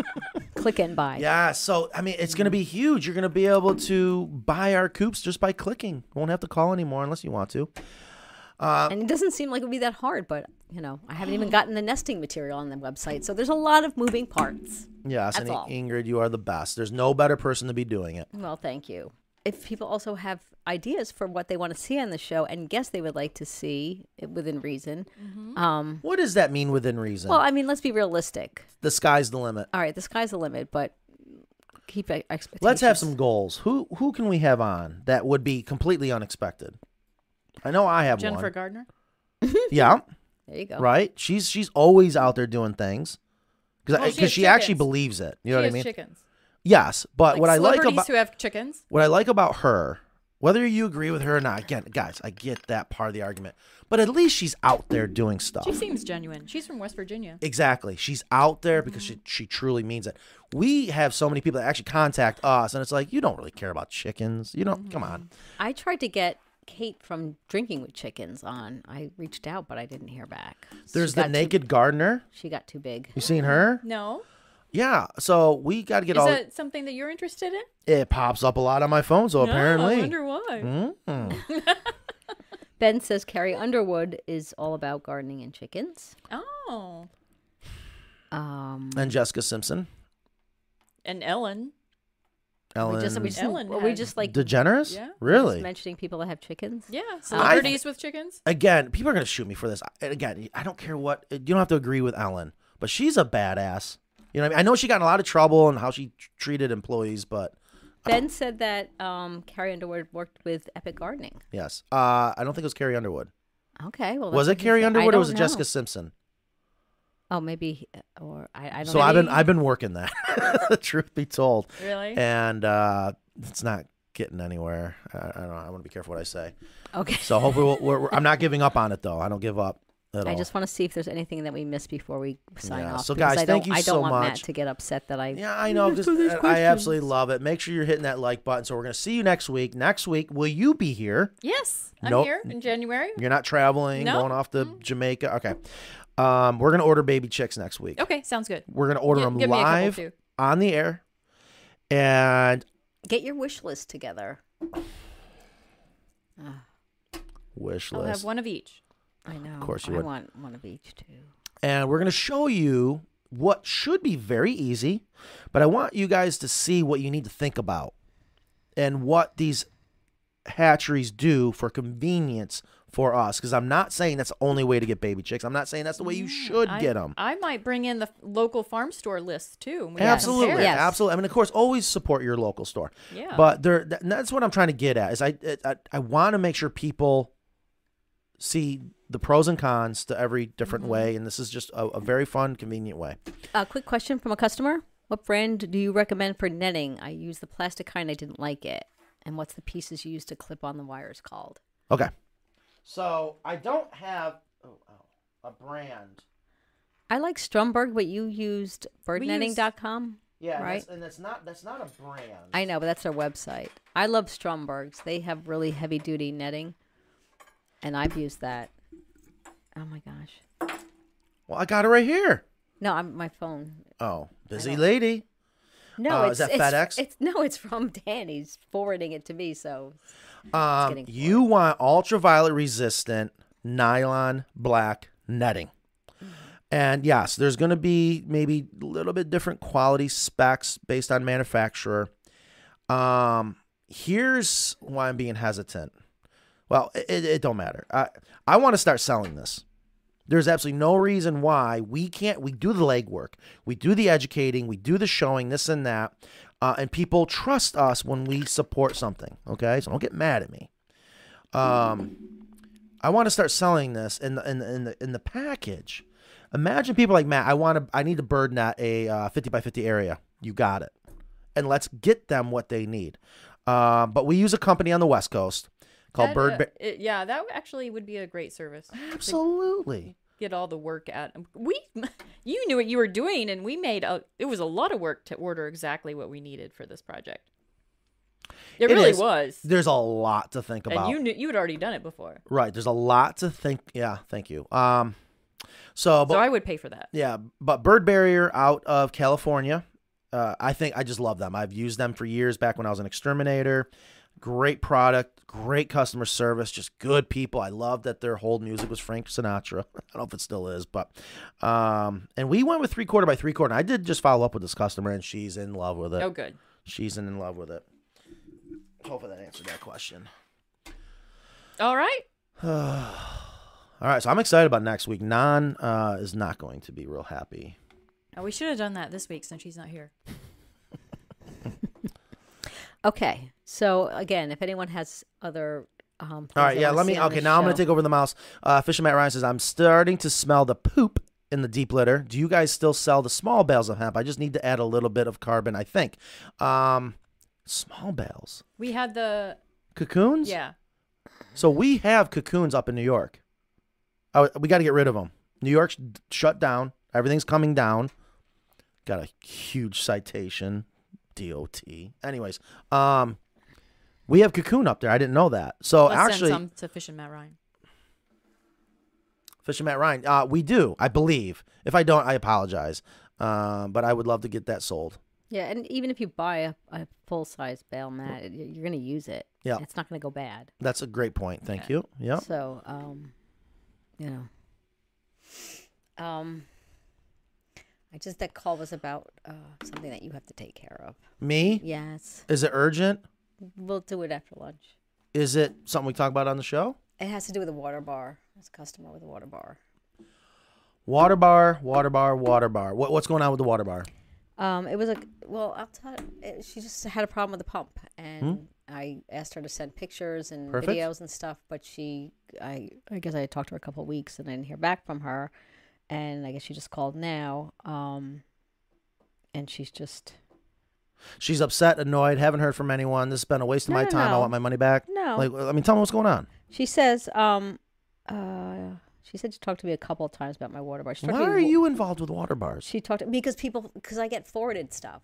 click and buy. uh, [LAUGHS] Yeah, so I mean, it's going to be huge. You're going to be able to buy our coops just by clicking. Won't have to call anymore unless you want to. Uh, and it doesn't seem like it would be that hard, but you know, I haven't even gotten the nesting material on the website, so there's a lot of moving parts. yes, and that's all. Ingrid, you are the best. There's no better person to be doing it. Well, thank you. If people also have ideas for what they want to see on the show and guests they would like to see eh, within reason, um, What does that mean within reason? well, I mean, let's be realistic. the sky's the limit. All right, the sky's the limit, but keep e- expectations. Let's have some goals. Who who can we have on that would be completely unexpected? I know I have Jennifer one. Gardner. Yeah. There you go. Right? She's she's always out there doing things because Well, she she, has actually chickens. believes it. You she know what I has mean? chickens. Yes, but what I like celebrities about who have chickens. what I like about her, whether you agree with her or not, again, guys, I get that part of the argument, but at least she's out there doing stuff. She seems genuine. She's from West Virginia. Exactly. She's out there because she, she truly means it. We have so many people that actually contact us, and it's like, you don't really care about chickens. You Mm-hmm. don't, come on. I tried to get Kate from Drinking with Chickens on. I reached out, but I didn't hear back. She There's the got too- naked gardener. she got too big. You seen her? No, Yeah. So we got to get is all. that something that you're interested in? It pops up a lot on my phone, so No, apparently. I wonder why. Mm. Ben says Carrie Underwood is all about gardening and chickens. Oh, Um, And Jessica Simpson. and Ellen. Ellen. we just, we just, Ellen were we had- just like DeGeneres? Yeah. We're just Really? mentioning people that have chickens. Um, Yeah, I- celebrities with chickens. Again, people are going to shoot me for this. I- Again, I don't care what. You don't have to agree with Ellen, but she's a badass. You know what I mean? I know she got in a lot of trouble and how she tr- treated employees, but Ben said that um, Carrie Underwood worked with Epic Gardening. yes. Uh, I don't think it was Carrie Underwood. Okay, well, was that's it what he Carrie said. I Underwood or was it don't know. Jessica Simpson? Oh, maybe, he- or I, I don't. So know. I've been I've been working that. [LAUGHS] truth be told, Really? and uh, it's not getting anywhere. I, I don't. know. I want to be careful what I say. Okay. So hopefully, we'll, we're, we're, I'm not giving up on it though. I don't give up at I all. just want to see if there's anything that we missed before we sign Yeah, off. so because guys, I don't, thank you I don't so want Matt much. to get upset that I. yeah, I [LAUGHS] know. Just, uh, I absolutely love it. Make sure you're hitting that like button. So we're gonna see you next week. Next week, will you be here? Yes, I'm Nope. here in January. You're not traveling, No. Mm-hmm. going off to Jamaica. Okay. Um, we're gonna order baby chicks next week. Okay, sounds good. We're gonna order Gi- them give me a couple, live too. on the air, and Get your wish list together. wish I'll have list. one of each. I know. Of course you I would. want one of each too. and we're going to show you what should be very easy, but I want you guys to see what you need to think about and what these hatcheries do for convenience for us. Because I'm not saying that's the only way to get baby chicks. I'm not saying that's the way you should Mm, I, get them. I might bring in the f- local farm store list too. and we can Absolutely, compare. Yes. absolutely. I mean, of course, always support your local store. Yeah. But there, th- and that's what I'm trying to get at. Is I, I, I want to make sure people see the pros and cons to every different Mm-hmm. way, and this is just a, a very fun, convenient way. A quick question from a customer: What brand do you recommend for netting? I used the plastic kind. I didn't like it. And what's the pieces you use to clip on the wires called? Okay. So I don't have oh, oh, a brand. I like Stromberg, but you used birdnetting.com. Yeah, and right. that's, and that's not that's not a brand. I know, but that's their website. I love Stromberg's. They have really heavy duty netting, and I've used that. Oh my gosh! Well, I got it right here. No, I'm my phone. Oh, busy lady. Uh, No, it's, is that it's, FedEx? It's no, it's from [LAUGHS] Dan. He's forwarding it to me. So Um, getting you want ultraviolet resistant nylon black netting. And yes, there's going to be maybe a little bit different quality specs based on manufacturer. Um, here's why I'm being hesitant. Well, it, it- it don't matter. I I want to start selling this. There's absolutely no reason why we can't. We do the legwork, we do the educating, we do the showing, this and that, uh, and people trust us when we support something. Okay, so don't get mad at me. Um, I want to start selling this in the in the in the, in the package. Imagine people like Matt. I want to. I need to bird net a uh, fifty by fifty area. You got it. And let's get them what they need. Um, but we use a company on the West Coast. called That, Bird. uh, Ba- it- yeah, that actually would be a great service. to Absolutely. Get all the work out. We, [LAUGHS] you knew what you were doing, and we made a. It was a lot of work to order exactly what we needed for this project. It, really is. was. There's a lot to think about. and you knew you had already done it before. Right. There's a lot to think. Yeah. Thank you. Um. So, but so I would pay for that. yeah, but Bird Barrier out of California. Uh, I think I just love them. I've used them for years back when I was an exterminator. Great product, great customer service, just good people. I love that their whole music was Frank Sinatra. [LAUGHS] I don't know if it still is, but um, and we went with three quarter by three quarter. And I did just follow up with this customer, and she's in love with it. Oh, good. She's in love with it. Hopefully that answered that question. All right. All right, so I'm excited about next week. Nan uh, is not going to be real happy. Oh, we should have done that this week since she's not here. Okay. So again, if anyone has other um All right, things they yeah, wanna let me. see on Okay, this now I'm going show- to take over the mouse. Uh, Fisher Matt Ryan says, I'm starting to smell the poop in the deep litter. Do you guys still sell the small bales of hemp? I just need to add a little bit of carbon, I think. Um, small bales? We had the Cocoons? yeah. So we have cocoons up in New York. Oh, we got to get rid of them. New York's d- shut down. Everything's coming down. Got a huge citation, DOT. Anyways, um, we have cocoon up there. I didn't know that. So Let's actually, send some to Fish and Matt Ryan. Fisher Matt Ryan, uh, we do, I believe. If I don't, I apologize. Um, but I would love to get that sold. Yeah, and even if you buy a, a full size bale mat, y- you're going to use it. Yeah. It's not going to go bad. That's a great point. Thank you. Yeah. So, um, you know, um, I just that call was about uh, something that you have to take care of. Me? Yes. Is it urgent? We'll do it after lunch. Is it something we talk about on the show? It has to do with a water bar. It's a customer with a water bar. Water bar, water bar, water bar. What, what's going on with the water bar? Um, it was a well. I'll tell. It, she just had a problem with the pump, and I asked her to send pictures and Hmm? Perfect. videos and stuff. But she, I, I guess I had talked to her a couple of weeks, and I didn't hear back from her. And I guess she just called now. Um, and she's just She's upset, annoyed, haven't heard from anyone. This has been a waste of No, my no, time. I no. want my money back. No. Like, I mean, tell me what's going on. She says, um, uh, she said she talked to me a couple of times about my water bar. She talked Why to me are w- you involved with water bars? She talked because people because I get forwarded stuff.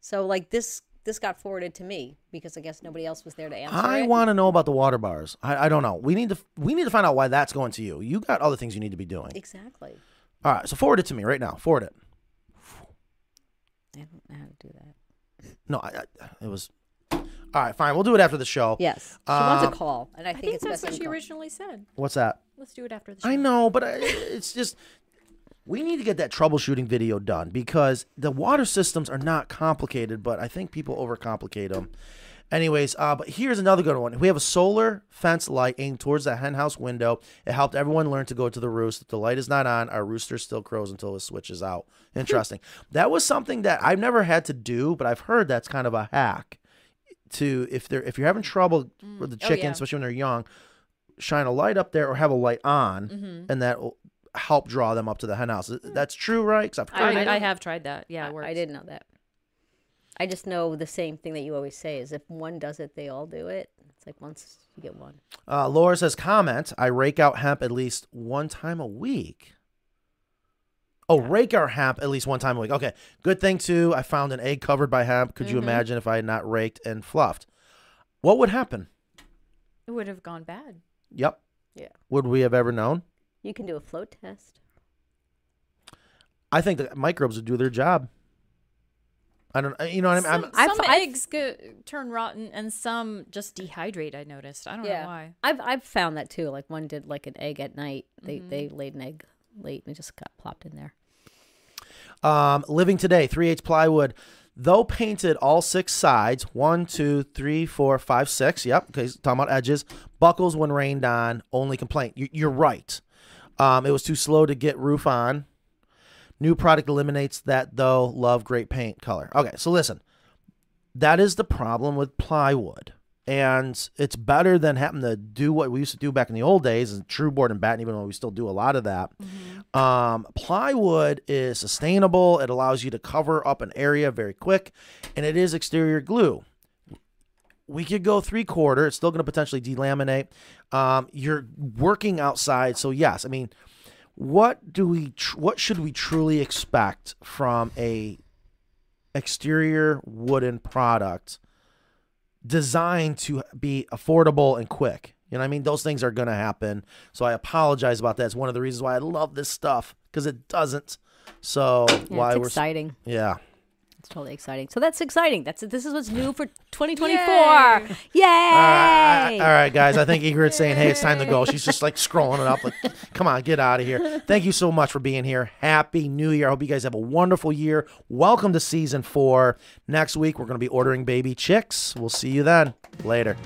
So like this this got forwarded to me because I guess nobody else was there to answer. I it. want to know about the water bars. I, I don't know. We need to we need to find out why that's going to you. You got other things you need to be doing. exactly. All right, so forward it to me right now. Forward it. I don't know how to do that. No, I, I, it was. All right, fine. We'll do it after the show. Yes, she wants Um, a call, and I think, it's that's best what in she call. originally said. What's that? Let's do it after the show. I know, but I, it's just we need to get that troubleshooting video done because the water systems are not complicated, but I think people overcomplicate them. Anyways, uh, but here's another good one. We have a solar fence light aimed towards the hen house window. It helped everyone learn to go to the roost. If the light is not on, our rooster still crows until the switch is out. Interesting. [LAUGHS] that was something that I've never had to do, but I've heard that's kind of a hack to if they're if you're having trouble with the Oh, chickens, yeah. especially when they're young, shine a light up there or have a light on, Mhm. and that will help draw them up to the hen house. That's true, right? 'Cause I've heard Mm. I, it. I, have tried that. Yeah, it works. I didn't know that. I just know the same thing that you always say is if one does it, they all do it. It's like once you get one. Uh, Laura says, comment. I rake out hemp at least one time a week. Oh, rake our hemp at least one time a week. Okay. Good thing, too. I found an egg covered by hemp. Could you Mhm. imagine if I had not raked and fluffed? What would happen? It would have gone bad. Yep. Yeah. Would we have ever known? You can do a float test. I think the microbes would do their job. I don't, you know what I mean? some I'm, some I've- eggs go, turn rotten and some just dehydrate. I noticed. I don't know why. I've I've found that too. Like one did like an egg at night. They they Mm-hmm. laid an egg late and it just got plopped in there. Um, living today, 3 8 plywood. Though painted all six sides, one, two, three, four, five, six. Yep. Okay. Talking about edges. Buckles when rained on. Only complaint. You, you're right. Um, it was too slow to get roof on. New product eliminates that though. Love great paint color. Okay. So listen, that is the problem with plywood. And it's better than having to do what we used to do back in the old days, and true board and batten, even though we still do a lot of that. Um, plywood is sustainable. It allows you to cover up an area very quick, and it is exterior glue. we could go three quarter. It's still going to potentially delaminate. Um, you're working outside, so yes. I mean, what do we? Tr- what should we truly expect from a exterior wooden product designed to be affordable and quick? You know what I mean? Those things are going to happen. So I apologize about that. It's one of the reasons why I love this stuff because it doesn't. So why it's we're exciting. Yeah. It's totally exciting. So that's exciting. That's this is what's new for 2024. Yay! All right, all right, guys. I think Ingrid's saying, "Hey, it's time to go." She's just like scrolling it up, like, "Come on, get out of here." Thank you so much for being here. Happy New Year. I hope you guys have a wonderful year. Welcome to season four. Next week, we're going to be ordering baby chicks. We'll see you then. Later.